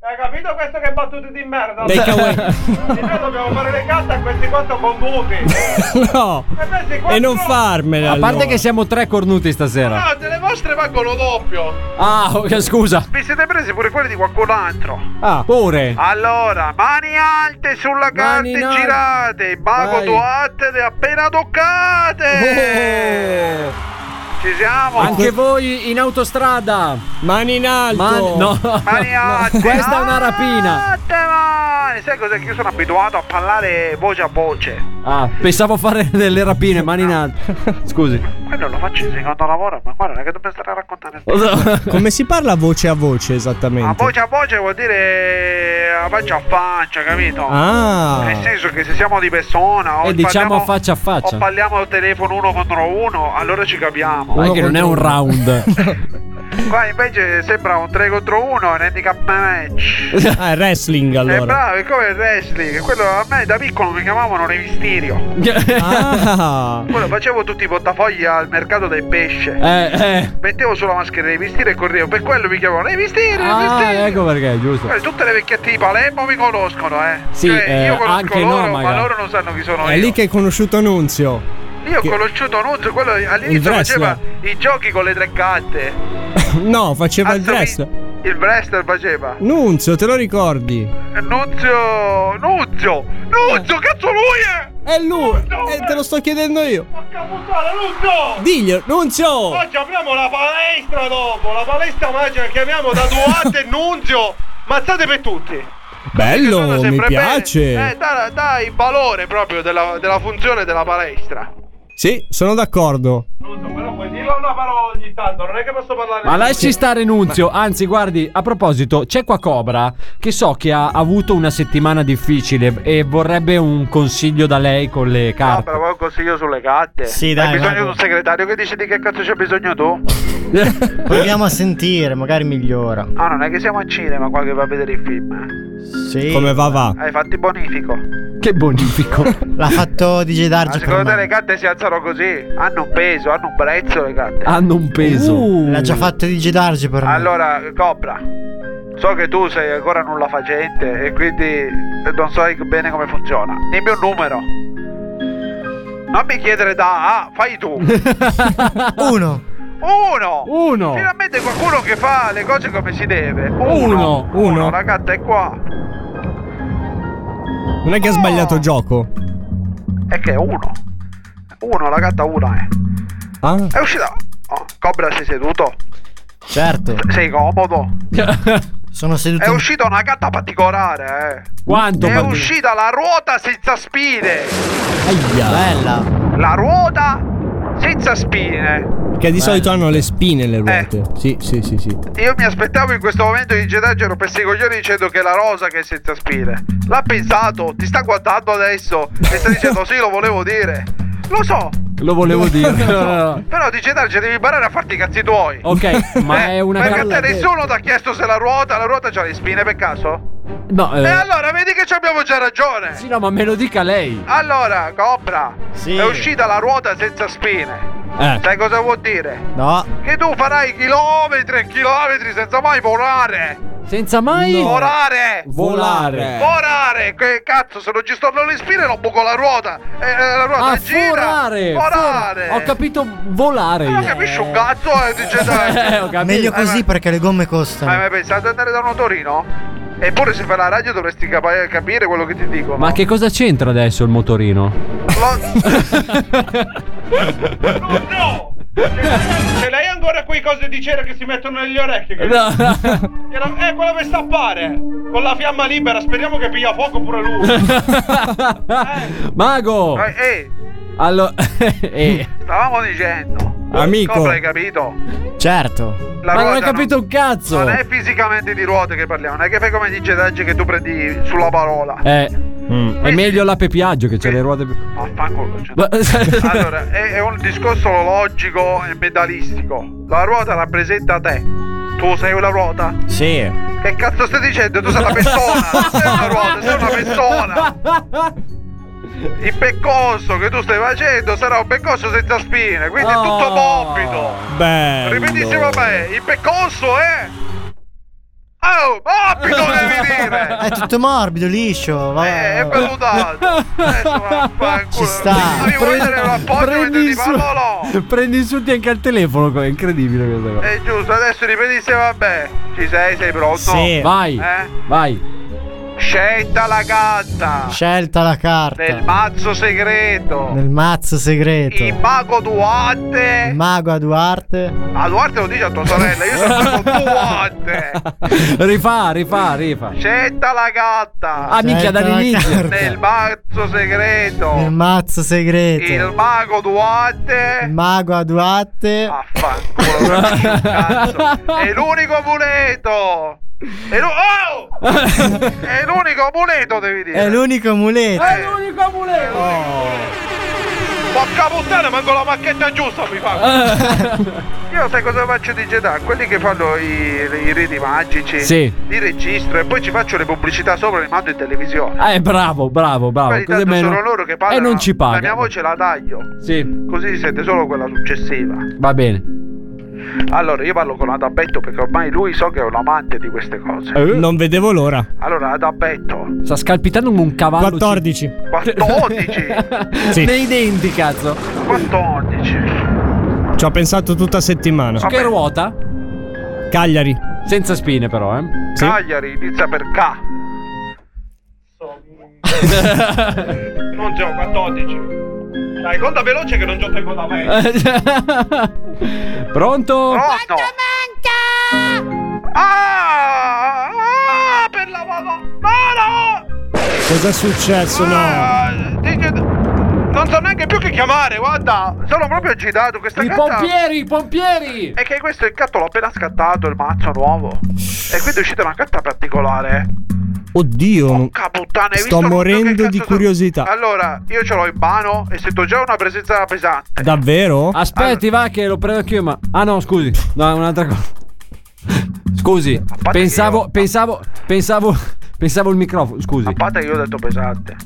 Hai capito questo che battute di merda? Take away. *laughs* Di noi dobbiamo fare le carte a questi quattro conduti. *laughs* no. E non farmela. A parte allora. che siamo tre cornuti stasera. No, Ah, delle vostre valgono doppio. Ah, ok, scusa. Vi siete presi pure quelli di qualcun altro. Ah, pure. Allora, mani alte sulla carta Mani in alto. girate. Mago Vai. Duarte le ha appena toccate. Ci siamo. Oh. Anche voi in autostrada. Mani in alto. Man- *laughs* no. Mani alte. Questa è una rapina. Alte mani. Sai cos'è che io sono abituato a parlare voce a voce. Ah, pensavo fare *laughs* delle rapine, mani in alto. Scusi. Quello lo faccio in secondo lavoro, ma guarda, non è che dobbiamo stare a raccontare. *laughs* Come si parla voce a voce esattamente? Ma voce a voce vuol dire eh, a faccia a faccia, capito? Ah. Nel senso che se siamo di persona o E diciamo parliamo- faccia a faccia. o parliamo al telefono uno contro uno, allora ci capiamo. Ma è che non è un round. Qua invece sembra un 3 contro 1, un handicap match. *laughs* Ah, è wrestling È allora. bravo, è come il wrestling. Quello a me da piccolo mi chiamavano Revistirio. Ah. Quello facevo tutti i portafogli al mercato del pesce. Eh, eh. Mettevo sulla maschera Revistirio e correvo. Per quello mi chiamavano Revistirio, Ah, Revistirio. ecco perché, giusto. Guarda, Tutte le vecchiette di Palermo mi conoscono, eh. Sì, cioè, eh, io conosco anche no, loro, ma magari. loro non sanno chi sono È io. lì che hai conosciuto Nunzio. Io che- ho conosciuto Nunzio, quello Il all'inizio wrestler. faceva i giochi con le tre carte. No, faceva il wrestler. Il wrestler faceva. Nunzio, te lo ricordi? Nunzio, Nunzio, Nunzio, cazzo lui è! È lui! Eh, te lo sto chiedendo io. Porca puttana, Nunzio! Diglio, Nunzio! Oggi apriamo la palestra dopo, la palestra magica che chiamiamo da Duarte e *laughs* Nunzio. Mazzate per tutti! Bello, mi Sempre bene. Eh, piace. dai, dai valore proprio della, della funzione della palestra. Sì, sono d'accordo. Però puoi dirla una parola ogni tanto, non è che posso parlare. Ma lasci stare Nunzio, anzi guardi, a proposito, c'è qua Cobra che so che ha avuto una settimana difficile e vorrebbe un consiglio da lei con le Ah, carte. però vuoi un consiglio sulle carte. Sì, dai, Hai bisogno Marco. di un segretario che dice di che cazzo c'è bisogno tu? Proviamo a sentire, magari migliora. Ah, non è che siamo al cinema qua che va a vedere il film. eh. Sì. Come va va? Hai fatto il bonifico. *laughs* Che bonifico. L'ha fatto DJ Ma Darge per secondo te le me. carte si alzano così? Hanno un peso, hanno un prezzo le carte. Hanno un peso. Uh. L'ha mm. già fatto DJ Darge per me. Allora, Cobra, so che tu sei ancora nulla facente e quindi non so bene come funziona. Dimmi un numero. Non mi chiedere da A, fai tu. *laughs* Uno. Uno! Uno. Finalmente qualcuno che fa le cose come si deve. Uno. Uno. La carta è qua. Non è che ha sbagliato *laughs* gioco. E che è uno? Uno, la carta uno è. Ah, È uscita. Oh, Cobra, sei seduto? Certo. Sei comodo? Sono seduto. È in- uscita una carta particolare, eh. Quanto? È Martino? uscita la ruota senza spine. Aia. Bella. La ruota senza spine. che di Eh. solito hanno le spine le ruote. Eh. Sì, sì, sì, sì. Io mi aspettavo in questo momento di Gedagero per i coglioni dicendo che è la rosa che è senza spine. L'ha pensato, ti sta guardando adesso e sta dicendo sì, lo volevo dire. Lo so, Lo *laughs* volevo dire. No, no, no. però di Gedagero devi imparare a farti i cazzi tuoi. ok, ma Eh, è una perché carta a te nessuno ti ha chiesto se la ruota, la ruota c'ha le spine per caso? No, eh, E allora vedi che ci abbiamo già ragione. Sì, no, ma me lo dica lei. Allora, Cobra, Sì. è uscita la ruota senza spine. Eh. Sai cosa vuol dire? No. Che tu farai chilometri e chilometri senza mai volare. Senza mai No. Volare! Volare. Volare! Che cazzo, se non ci sto non respiro non buco la ruota! Eh, eh, la ruota Ah, gira! forare! Volare! Eh, for- Ho capito volare. *laughs* non capisco un cazzo, eh, dice te. ho capito. Meglio così Eh, ma- perché le gomme Hai costano. mai pensato ad andare da un motorino? Eppure se fai la radio dovresti capa- capire quello che ti dico. Ma che cosa c'entra adesso il *laughs* motorino? *laughs* Ce l'hai ancora quei cose di cera che si mettono negli orecchi? Che- *laughs* No. Era- Eh, quello per stappare! Con la fiamma libera, speriamo che piglia fuoco pure lui! *laughs* Mago! Eh, eh, Allora. *laughs* eh. stavamo dicendo. Amico. Cobra, hai capito? Certo. La Ma non ho ruota capito un cazzo! Non è fisicamente di ruote che parliamo, non è che fai come dice Daggi che tu prendi sulla parola. Eh. mm, È meglio l'ape Piaggio che c'è le ruote più. Vaffanculo, cioè. *laughs* *laughs* allora, è, è un discorso logico e medalistico. La ruota rappresenta te. Tu sei una ruota? Sì. Che cazzo stai dicendo? Tu sei una persona! Non sei una ruota, sei una persona! Il percorso che tu stai facendo sarà un percorso senza spine, quindi è tutto Oh. morbido! Bello. Ripetissimo a me, il percorso è. Oh, morbido devi dire! Eh, È tutto morbido, liscio. Va. È valutato! Adesso vaffanculo! Ci sta. Devi vedere un appoggio e ti insu- *laughs* Prendi insulti anche al telefono, co- è incredibile questa cosa. È giusto, adesso ripetisse vabbè. Ci sei, sei pronto? Vai. Eh? Vai. Scelta la carta Scelta la carta. del mazzo segreto. Nel mazzo segreto. Il mago Duarte. Il mago a Duarte. A Duarte lo dice a tua sorella, io sono il mago *laughs* *laughs* Duarte. Rifà, rifà, rifà. Scelta la carta. Ah, minchia, Scelta la dall'inizio. carta. Del mazzo Nel segreto. mazzo segreto. Il mago Duarte. Il mago a Duarte. Affanculo. *laughs* cazzo. È l'unico amuleto. È, *laughs* l'u- oh! È l'unico amuleto, devi dire. Eh, È l'unico muletto. È l'unico amuleto! Porca puttana, manco la macchetta giusta mi fa! Io sai cosa faccio di Jedi? Quelli che fanno i, i riti *laughs* magici, Sì. li registro e poi ci faccio le pubblicità sopra e li mando in televisione. Eh, bravo, bravo, bravo. Quelli Ah, Così tanto almeno- sono loro che E parlano. non ci La mia paga. voce la taglio, Sì, così si sente solo quella successiva. va bene. Allora, io parlo con Adabetto perché ormai lui so che è un amante di queste cose. Non vedevo l'ora. Allora, Adabetto, Sta scalpitando come un cavallo. 14. *laughs* 14! Sì. Nei denti, cazzo. 14! Ci ho pensato tutta settimana. Su Ah. che ruota? Cagliari. Senza spine, però, eh. *laughs* *laughs* Sì. Cagliari inizia per K. non c'ho 14. Dai, conta veloce che non c'ho tempo da me. Pronto? Pronto? manca? Ah, ah, per la madonna! Ah, Cosa è successo? No. no! Ah, Dice- Non so neanche più che chiamare, guarda! Sono proprio agitato questa I carta- pompieri, i pompieri! È che questo il gatto l'ho appena scattato, il mazzo nuovo. E quindi è uscita una carta particolare. Oddio. non- Porca puttana, hai Sto visto morendo che di cazzo- curiosità. Allora, io ce l'ho in mano e sento già una presenza pesante. Davvero? Aspetti, va che lo prendo anch'io, ma. Ah no, scusi. No, è un'altra cosa. *laughs* Scusi, parte pensavo, che io- pensavo, pensavo, pensavo il microfono, scusi. A parte che io ho detto *laughs* pesante.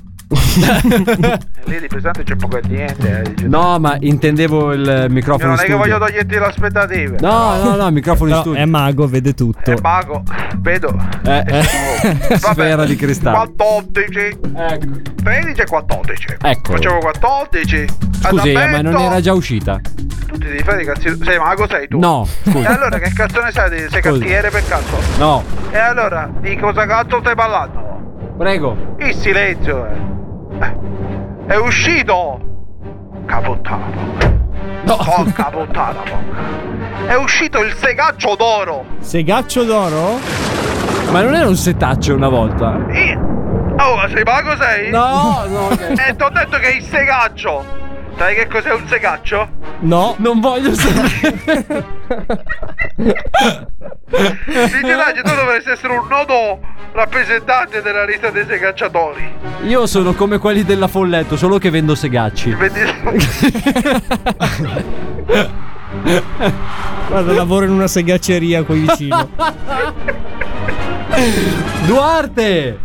E Lì di pesante c'è poco e niente. eh, dice- No, ma intendevo il Io microfono non in è che voglio studio. toglierti le aspettative. No, no, no, il microfono in No, studio. è mago, vede tutto. È mago, vedo. Eh, eh. Oh, Sfera di cristallo. 14. Ecco. 13 e 14. Eccolo. Facevo 14. Scusi, eh, ma non Adalberto, era già uscita? Tu ti devi fare i cazzi. Sei mago, sei tu. No, E scusi. allora che cazzo ne sai? di- Sei Scusi. cantiere per cazzo. No, E allora, di cosa cazzo stai parlando? prego. Il silenzio eh. Eh, È uscito Caputtana No. Porca puttana porca. È uscito il segaccio d'oro Segaccio d'oro? Ma non era un setaccio una volta? Eh, Oh sei mago sei? No, *laughs* no, ok. E ti ho detto che è il segaccio Sai che cos'è un segaccio? No. Non voglio sapere. Vigilante tu dovresti essere un nodo rappresentante della lista dei segacciatori Io sono come quelli della Folletto, solo che vendo segacci. Vedi- Guarda, lavoro in una segacceria qui Ah. vicino. Duarte!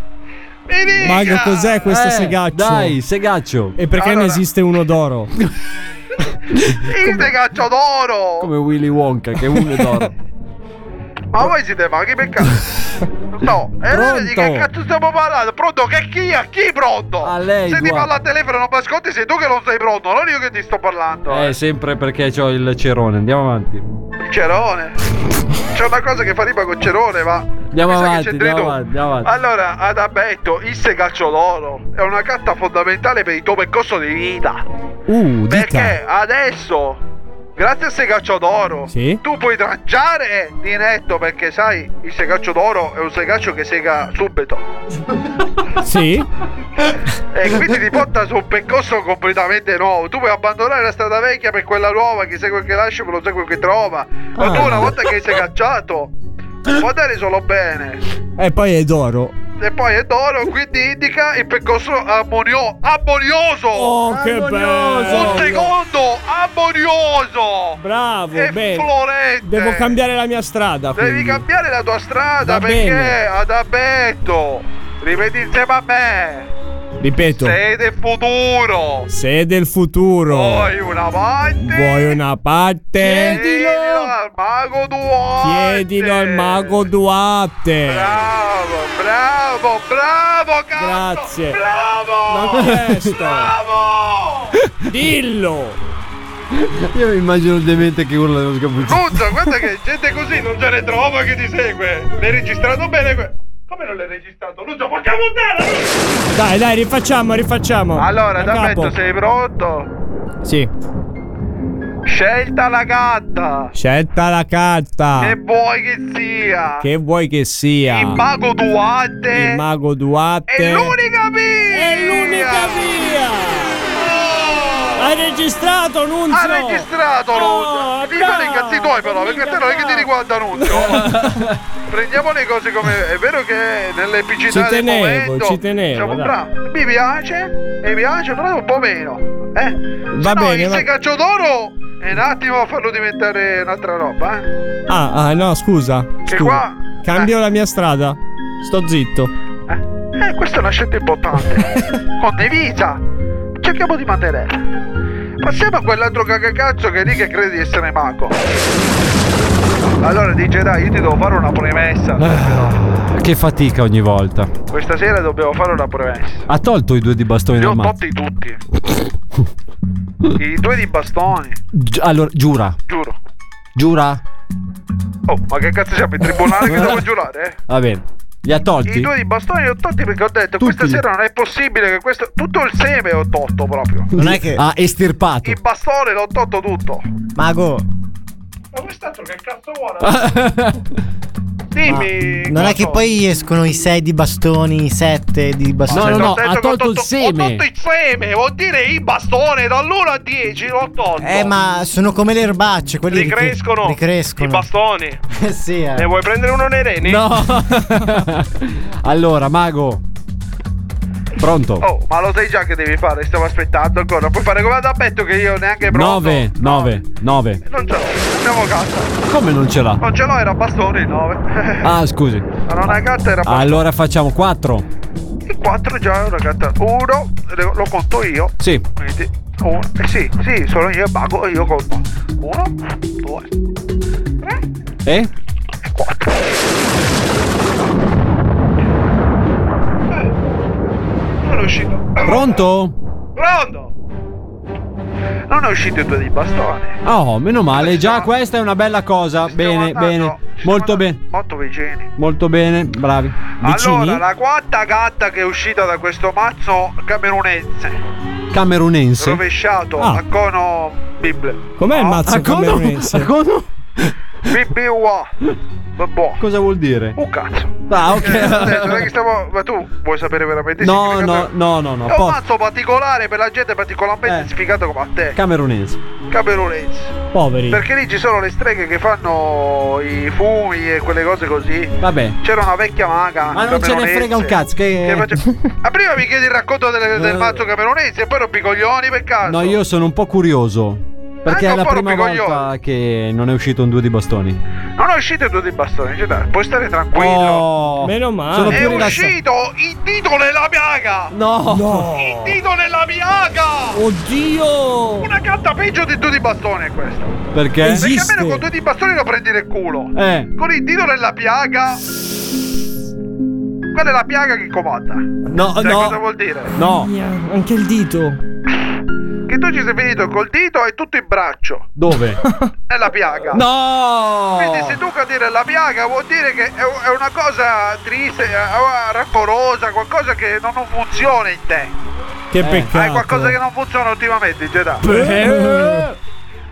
Mi dica! Mago, cos'è questo Eh, segaccio? Dai, segaccio. E perché ne Allora. esiste uno d'oro? Il segaccio d'oro *laughs* Come Willy Wonka, che uno è d'oro. Ma voi siete maghi per cazzo? *laughs* No, e allora di che Pronto? cazzo stiamo parlando? Pronto? Che chi? A chi pronto? A lei. Se ti guarda. parla al telefono non mi ascolti, sei tu che non sei pronto, non io che ti sto parlando. Eh, sempre perché ho il cerone. Andiamo avanti. Cerone. C'è una cosa che fa rima con Cerone, ma. Andiamo mi sa che avanti, c'entri andiamo tu. avanti, andiamo avanti. Allora, ad Abetto, Isse Calcioloro è una carta fondamentale per il tuo percorso di vita. Uh, Ah, Perché adesso, grazie a Segaccio d'oro, Sì. tu puoi tracciare di netto perché sai, il segaccio d'oro è un segaccio che sega subito. Sì. E quindi ti porta su un percorso completamente nuovo. Tu puoi abbandonare la strada vecchia per quella nuova, chi segue che lascia me lo segue che trova. Ma tu Ah. una volta che sei cacciato, puoi andare solo bene. E poi è d'oro. E poi è d'oro, quindi indica il percorso ammonio- ammonioso. Oh, che bello. Un secondo, ammonioso. Bravo, e bene. Florente. Devo cambiare la mia strada. Devi quindi. cambiare la tua strada Va perché bene. ad abbetto. Ripeti insieme a me. Ripeto. Sei del futuro. Se del futuro Vuoi una parte? vuoi una parte, Chiedilo al mago Duarte. chiedilo al mago Duarte. Bravo, bravo, bravo, cazzo. Grazie. Bravo. Questo. Bravo. Dillo. Io mi immagino il demente che urla nello sgabuzzino. Scusa, guarda che gente così non ce ne trova che ti segue. L'hai registrato bene? que- Come non l'hai registrato? Lucio, porca puttana! Dai, dai, rifacciamo, rifacciamo. Allora, Da D'Abbetto, capo. sei pronto? Sì. Scelta la gatta. Scelta la carta. Che vuoi che sia? Ah. Che vuoi che sia? Il mago Duarte. Il mago Duarte. È l'unica via! È l'unica via! Hai registrato, Nunzio? Ha registrato Oh, Nunzio! Mi pare i cazzi tuoi però, perché a te non è che ti riguarda *laughs* Nunzio! Prendiamo le cose come... È vero che nelle Ci epicità del tenevo, momento... ci tenevo. siamo dai. bravi. Mi piace, mi piace, però un po' meno. Eh? Va Se no, bene, il va- segaccio d'oro è un attimo a farlo diventare un'altra roba, eh? Ah, ah, no, scusa. scusa. qua- Cambio la mia strada. Sto zitto. Eh, questa è una scelta importante. Condivisa. Cerchiamo di mantenere. Passiamo a quell'altro cagacazzo che è lì che crede di essere mago. Allora, dice dai, io ti devo fare una premessa. Che fatica ogni volta. Questa sera dobbiamo fare una premessa. Ha tolto i due di bastoni Li da ho mazzo. tolti tutti. I due di bastoni, Gi- allora, giura, giuro. giura. Oh, ma che cazzo siamo in tribunale che devo giurare, eh? Va bene. Li ha I tolti? due di bastoni li ho tolti perché ho detto questa sera non è possibile che questo. Tutto il seme ho tolto proprio. Non è che. Ha Ah, estirpato. Il bastone l'ho tolto tutto. Mago. Ma quest'altro che cazzo vuole? Dimmi. Non è che cosa? poi escono i 6 di bastoni, i 7 di bastoni. Ho detto che ho Ho tolto il seme, vuol dire il bastone dall'1 a 10 l'ho tolto. Eh, ma sono come le erbacce, quelli ricre- Ricrescono. Ricrescono. I *laughs* bastoni. Eh sì, eh. Ne vuoi prendere uno nei *laughs* reni? No. allora, mago. Pronto? Oh, ma lo sai già che devi fare? Stavo aspettando ancora. Puoi fare come ad abbetto che io neanche provo. 9, 9, 9. Non ce l'ho. Andiamo a casa. Come non ce l'ha? Non ce l'ho, era bastone il *laughs* 9. Ah, scusi. Era una carta, era bastone. Allora facciamo 4. Il 4 già è una carta. 1 lo conto io. Sì. Quindi, uno, eh sì, sì, sono io e Bago e io conto. Uno, due, Eh? non è uscito. Pronto? Pronto! Non è uscito il tuo di bastone. Oh, meno male. Già questa è una bella cosa. Ah, Bene, bene. Molto bene. Molto vicini. Molto bene. Bravi. Vicini. Allora, la quarta gatta che è uscita da questo mazzo camerunense. Camerunense. Rovesciato Ah. a cono Bible. Com'è il mazzo Ah, cono- camerunense? *laughs* ah, cono- Bibiwa. Vabbè. Cosa vuol dire? Un cazzo. *laughs* *laughs* Ah, Eh, adesso, non è ok. che stiamo- Ma tu vuoi sapere veramente? No, no, significato? no, no, no. È un Po- mazzo particolare per la gente particolarmente Eh. sfigato come a te. camerunense. Camerunense. Poveri. Perché lì ci sono le streghe che fanno i fumi e quelle cose così. Vabbè. C'era una vecchia maga. Ma non ce ne camerunense, frega un cazzo. che Che... Eh. face- *laughs* Ma prima mi chiedi il racconto delle- del mazzo camerunense e poi rompi i coglioni per caso. No, io sono un po' curioso. Perché Anche è un la po' prima rompicoglioni. volta che non è uscito un due di bastoni. Non è uscito due dei bastoni, cioè, dai, puoi stare tranquillo. Oh, Meno Sono è più rilassato. uscito il dito nella piaga! No! No. Il dito nella piaga! Oddio! Una carta peggio di due di bastone questa. Perché? Perché almeno con due di bastoni lo prendi nel culo. Eh. Con il dito nella piaga. Quella è la piaga che comanda. No, Sai no. cosa vuol dire? No. Anche il dito. Che tu ci sei finito col dito e tutto il braccio. *laughs* Dove? È la piaga. No! Quindi se tu a dire la piaga vuol dire che è è una cosa triste, eh, eh, rancorosa, qualcosa che non non funziona in te. Eh. Che peccato. Certo. Hai qualcosa che non funziona ultimamente, Jedi.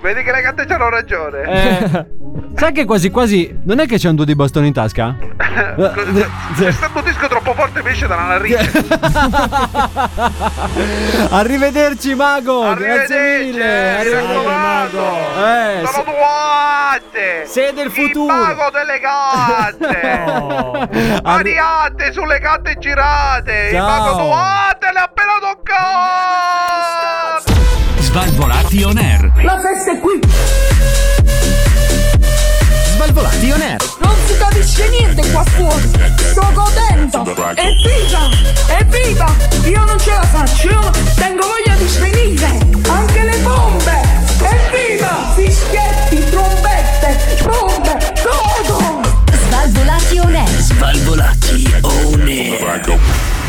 Vedi che le carte c'hanno ragione. Eh, sai che quasi quasi. Non è che c'è un due di bastoni in tasca? Eh, *laughs* C'è stato un disco troppo forte mi esce dalla narice. Arrivederci, Mago! Grazie Arrivederci, mille! eh, mi raccomando. Eh, Sono se- duate. Sei del futuro. Il mago delle carte. Variate sulle carte girate. Il Ciao. mago duate le ha appena toccato. Svalvolati on air. La festa è qui! Svalvolati on air. Non si capisce niente qua fuori! Sto godendo! Evviva! Evviva! Io non ce la faccio! Io tengo voglia di svenire! Anche le bombe! Evviva! Fischietti, trombette, bombe, godo! Svalvolati on air. Svalvolati on air.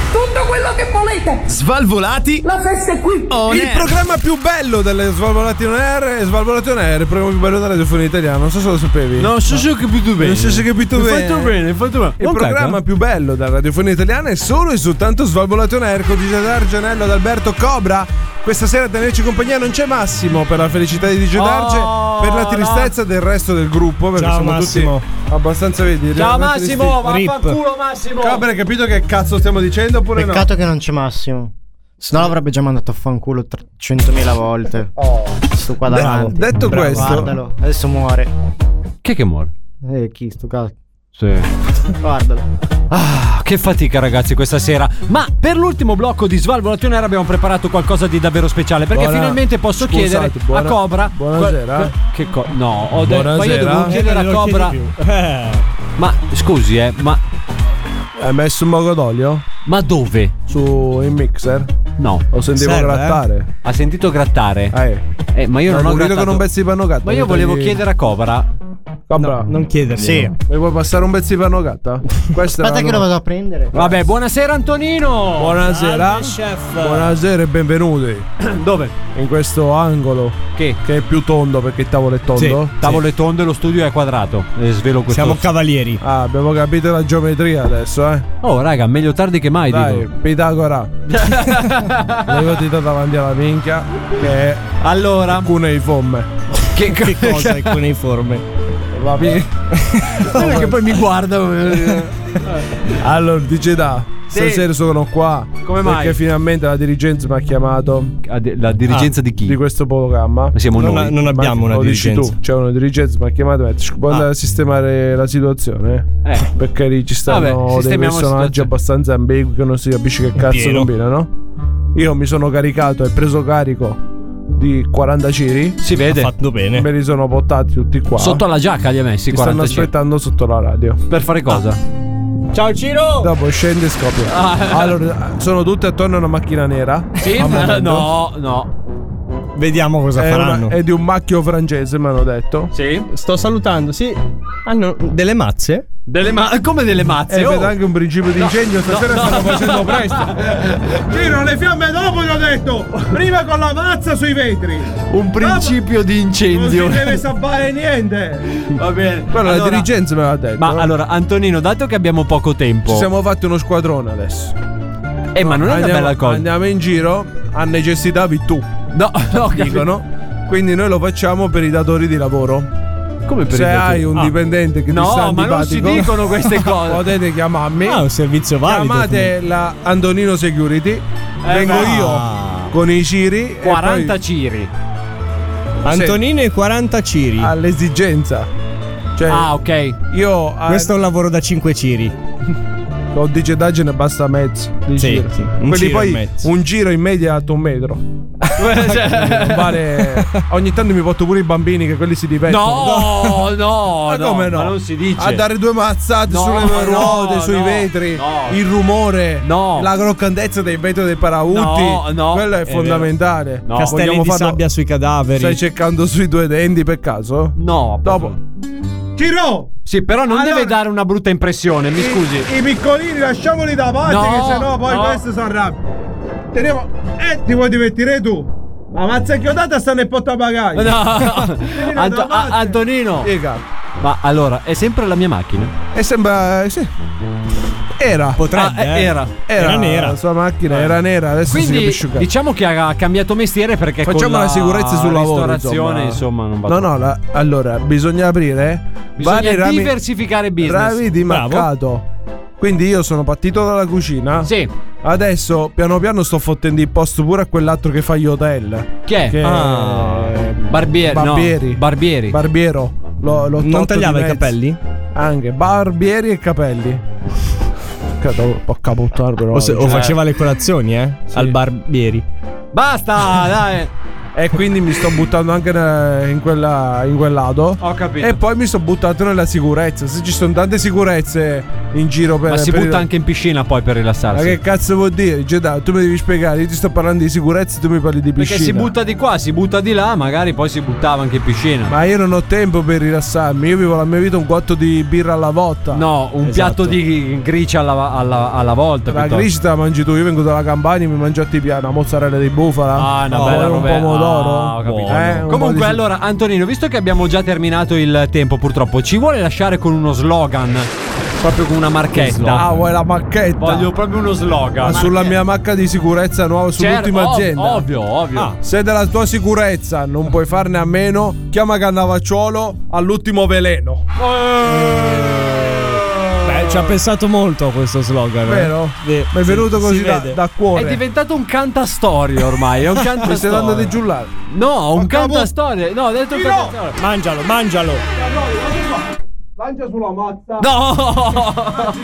Tutto quello che volete! Svalvolati. La festa è qui! Il programma più bello delle Svalvolati On Air è Svalvolati On Air, il programma più bello della radiofonia italiana. Non so se lo sapevi. No, so se ho capito bene. Non so se ho capito Hai bene. fatto bene, hai fatto bene. eh? Il Non programma caga. più bello della radiofonia italiana è solo e soltanto Svalvolati On Air con Digital Argianello ad Alberto Cobra. Questa sera a tenerci compagnia non c'è Massimo per la felicità di Digital Arge, Oh, per la tristezza del resto del gruppo. Perché Ciao, siamo Massimo. tutti abbastanza, vedi. Ciao realmente Massimo, tristi. vaffanculo Massimo! Cobra, hai capito che cazzo stiamo dicendo oppure no? Peccato che non c'è Massimo. Sennò l'avrebbe già mandato a fanculo 300.000 volte. Sto qua De- davanti. detto Bravo, questo- Guardalo, adesso muore. Chi è che muore? Eh, chi sto cazzo? Sì. Guardalo. Ah, che fatica ragazzi questa sera. Ma per l'ultimo blocco di Svalvolati on Air abbiamo preparato qualcosa di davvero speciale. Perché Buona- finalmente posso Scusate, chiedere buona- a Cobra. buonasera. que- Che co- no, ho detto. Ma io Buonasera. devo chiedere Eh, a non lo chiedi Eh. Cobra. *laughs* Ma scusi, eh, ma. Hai messo un mago d'olio? Ma dove? Su in mixer? No. Lo sentivo Serve, grattare. Ha sentito grattare? Eh. Eh, ma io Dai, non ho morito grattato. con un pezzo di panno gatta. Ma io volevo chiedere a Cobra. Cobra, Non chiedergli. Sì. mi vuoi passare un pezzo di panno *laughs* gatta? Questa era Aspetta che una- lo vado a prendere. Vabbè, buonasera Antonino. Buonasera. Buonasera e benvenuti. Dove? In questo angolo. Che? Che è più tondo perché il tavolo è tondo. Tavolo è tondo e lo studio è quadrato. Eh, svelo questo. Siamo cavalieri. Ah, abbiamo capito la geometria adesso, eh. Oh, raga, meglio tardi che mai, Dai, dico. *laughs* Pitagora. L'avevo tirato davanti alla minchia. Che è Allora, cuneiforme. che, Che cosa *laughs* è cuneiforme? Va bene. Guarda eh, che poi mi guarda. Allora, dice da. Stasera sono qua. Come mai? Perché finalmente la dirigenza mi ha chiamato La dirigenza di chi? di questo programma. Ma Siamo Non, noi. ha- non abbiamo una lo dici dirigenza. Ah. tu, c'è una dirigenza mi ha chiamato e ha detto, "Sc- puoi andare a sistemare la situazione. Eh. Perché lì ci Vabbè, stanno dei sistemiamo la personaggi situazione. abbastanza ambigui che non si capisce che cazzo Pieno. combinano. Io mi sono caricato e preso carico di 40 ciri. Si vede. Fatto bene. Me li sono portati tutti qua. Sotto alla giacca li ha messi Mi stanno 45. aspettando sotto la radio. Per fare cosa? Ciao Ciro! Dopo scende e scoppia. Ah. Allora, sono tutte attorno a una macchina nera. Sì, Al ah, ma- momento. no, no. Vediamo cosa È, una- faranno. è di un macchio francese, mi hanno detto. Sì. Sto salutando, sì. Hanno delle mazze? Delle ma- come delle mazze? E oh. vedo anche un principio di incendio. Stasera stanno facendo *laughs* presto. Giro le fiamme dopo, gli ho detto. Prima con la mazza sui vetri. Un principio di incendio. salvare niente. Va bene. Però la Allora, dirigenza me l'ha detto. eh. Ma allora, Antonino, dato che abbiamo poco tempo. Ci siamo fatti uno squadrone adesso. Eh, ma non è una andiamo, bella cosa. Andiamo in giro a necessità vi tu. No, no, Dicono. Quindi noi lo facciamo per i datori di lavoro. Come per Se il hai motivo? un Ah. dipendente che ti sta No, ma antipatico, non si dicono *laughs* queste cose. potete chiamarmi. Ah, è un servizio valido. Eh, Chiamate la Antonino Security. Vengo no. io con i Ciri. e 40 poi ciri. comunque. Antonino e 40 Ciri. All'esigenza. Cioè, Ah, ok. io eh, a- Questo è un lavoro da 5 *laughs* Ciri. con digitaggine basta mezzo. Di Sì, giro. *laughs* *laughs* Cioè, sì, un Quelli giro e poi mezzo. un giro in media è alto un metro. Cioè. Non vale. Ogni tanto mi porto pure i bambini, che quelli si divertono. *laughs* No, no, Ma no, come no? ma non si dice. A dare due mazzate No, sulle no, ruote, sui no, vetri, no. il rumore, No. la croccantezza dei vetri dei parauti. No, no. Quello è, È fondamentale. vero. No. Castelli Vogliamo di farlo- sabbia sui cadaveri. Stai cercando sui due denti per caso? No. Dopo. Tiro! Sì, però non Allora- deve dare una brutta impressione, mi scusi. I piccolini lasciamoli da parte, No, che sennò poi no. questo si arrabbia. Teniamo. Eh, ti vuoi divertire tu? Ma mazza chiodata sta nel portabagagli. No. Tieni da Anto- parte. a- Antonino. Dica. Ma allora, è sempre la mia macchina? E sembra. eh, Sì. Era. Ah, eh, era. Era, nera. La sua macchina era nera. Adesso si Quindi capisce. diciamo che ha cambiato mestiere perché con Facciamo la la sicurezza sul lavoro. ristorazione, insomma, non va No, no, la- allora bisogna aprire Bisogna vari rami, diversificare business. rami di Bravo. mercato. Quindi io sono partito dalla cucina. Sì. Adesso piano piano sto fottendo il posto pure a quell'altro che fa gli hotel. Chi è? Che Eh, Ah. è- Barbieri, no. Barbieri. Barbieri. Barbiero. Lo, lo Non tagliava i capelli? Anche barbieri e capelli. Cazzo, Porca puttana però. O, se- o cioè. faceva le colazioni, eh? Al barbieri. *laughs* Basta, dai. E quindi mi sto buttando anche ne- in, quella, in quel lato. Ho capito. E poi mi sto buttato nella sicurezza. Se ci sono tante sicurezze in giro per. Ma si per butta il- anche in piscina poi per Ma rilassarsi. che cazzo vuol dire? Jedi, tu mi devi spiegare. Io ti sto parlando di sicurezza, tu mi parli di piscina. Perché si butta di qua, si butta di là, magari poi si buttava anche in piscina. Ma io non ho tempo per rilassarmi. Io vivo la mia vita un quarto di birra alla volta. No, un piatto di gricia alla, alla- alla volta. Esatto. La piuttosto. grigia te la mangi tu, io vengo dalla Campania mi mangio a tipia una mozzarella di bufala. Ah, una poi bella un robe- pomodoro. Ah, ho capito. Eh, un po' Comunque, di- allora, Antonino, visto che abbiamo già terminato il tempo, purtroppo, ci vuole lasciare con uno slogan. Proprio con una marchetta. Ah, vuoi la macchetta? Voglio proprio uno slogan. Ma sulla mia macca di sicurezza nuova, sull'ultima Certo, ov- azienda. Ovvio, ovvio. Ah, se della tua sicurezza non puoi farne a meno, chiama Cannavacciuolo all'ultimo veleno. Beh, ci ha pensato molto a questo slogan. eh. Vero? Sì, Mi è sì, venuto si così da, vede. da È cuore. diventato un cantastorie ormai. È un cantastorie. Mi stai dando dei giullare. No, un cantastorie. No, ho detto un Tiro! cantastorie. Mangialo, mangialo. Lancia sulla mazza. No!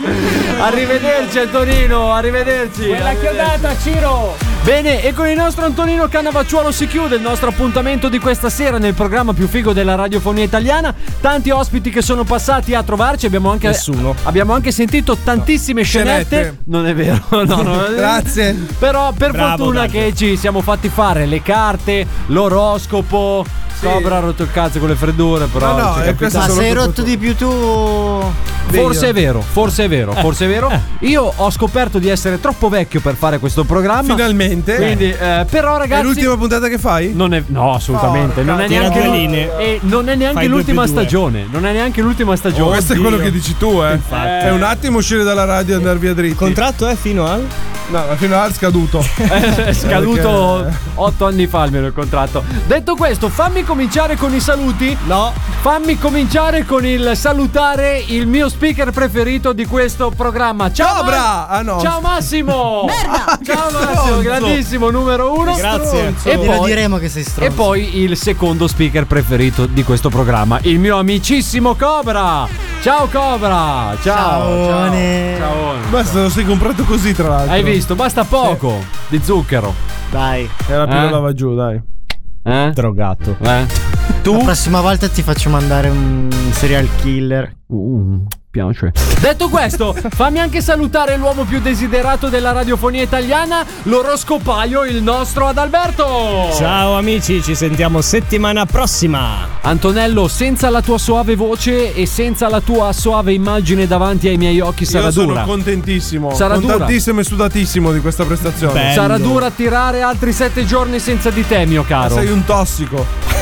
arrivederci Antonino, arrivederci. Quella chiodata, Ciro. Bene, e con il nostro Antonino Cannavacciuolo si chiude il nostro appuntamento di questa sera nel programma più figo della radiofonia italiana. Tanti ospiti che sono passati a trovarci, abbiamo anche Nessuno. Abbiamo anche sentito tantissime scenette. Scenette. Non è vero, *laughs* no, no. Grazie. Però per Bravo, fortuna Dario. che ci siamo fatti fare le carte, l'oroscopo. Cobra ha rotto il cazzo con le freddure, No, però no, ci e capita. questo Ma sono sei tutto- rotto di più tu. Forse è vero, forse è vero, forse è vero. Io ho scoperto di essere troppo vecchio per fare questo programma. Finalmente. Quindi, eh, però, È ragazzi. l'ultima puntata che fai? Non è, no, assolutamente. non, è Tira neanche due l'u- linee. e non è neanche Fai due l'ultima più due. stagione. Non è neanche l'ultima stagione. Oh, questo è quello che dici tu, eh. Infatti. È un attimo uscire dalla radio e andare via dritti. Contratto è fino al. no, fino al *laughs* scaduto. È scaduto otto anni fa almeno il contratto. Detto questo, fammi cominciare con i saluti. No. Fammi cominciare con il salutare il mio speaker preferito di questo programma. Ciao! Cobra! Ma- Ah, no. Ciao Massimo! Merda! Ciao Massimo, grandissimo numero uno. Grazie. E Glielo poi, diremo che sei stronzo. e poi il secondo speaker preferito di questo programma, il mio amicissimo Cobra. Ciao Cobra! Ciao! Ciaone. Ciao! Ciaone. Basta, lo sei comprato così, tra l'altro. Hai visto? Basta poco di zucchero. Dai. Era più Eh? la va giù, dai. Eh? Drogato. Eh? La prossima volta ti faccio mandare un serial killer. Uh, mm, piace. Detto questo, fammi anche salutare l'uomo più desiderato della radiofonia italiana, l'oroscopaio, il nostro Adalberto. Ciao amici, ci sentiamo settimana prossima. Antonello, senza la tua suave voce e senza la tua suave immagine davanti ai miei occhi sarà Io sono dura. contentissimo. Sarà dura. contentissimo e sudatissimo di questa prestazione. Bello. Sarà dura tirare altri sette giorni senza di te, mio caro. Sei un tossico.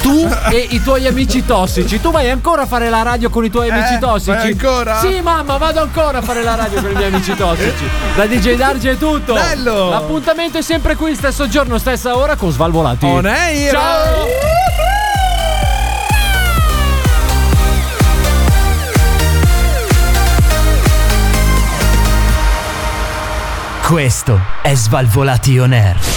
tu e i tuoi amici tossici. Tu vai ancora a fare la radio con i tuoi amici tossici? Eh, vai ancora? Sì, mamma, vado ancora a fare la radio con i miei amici tossici. Da DJ Darge è tutto. Bello! L'appuntamento è sempre qui, stesso giorno, stessa ora con Svalvolati. On air! Ciao! Questo è Svalvolation Air.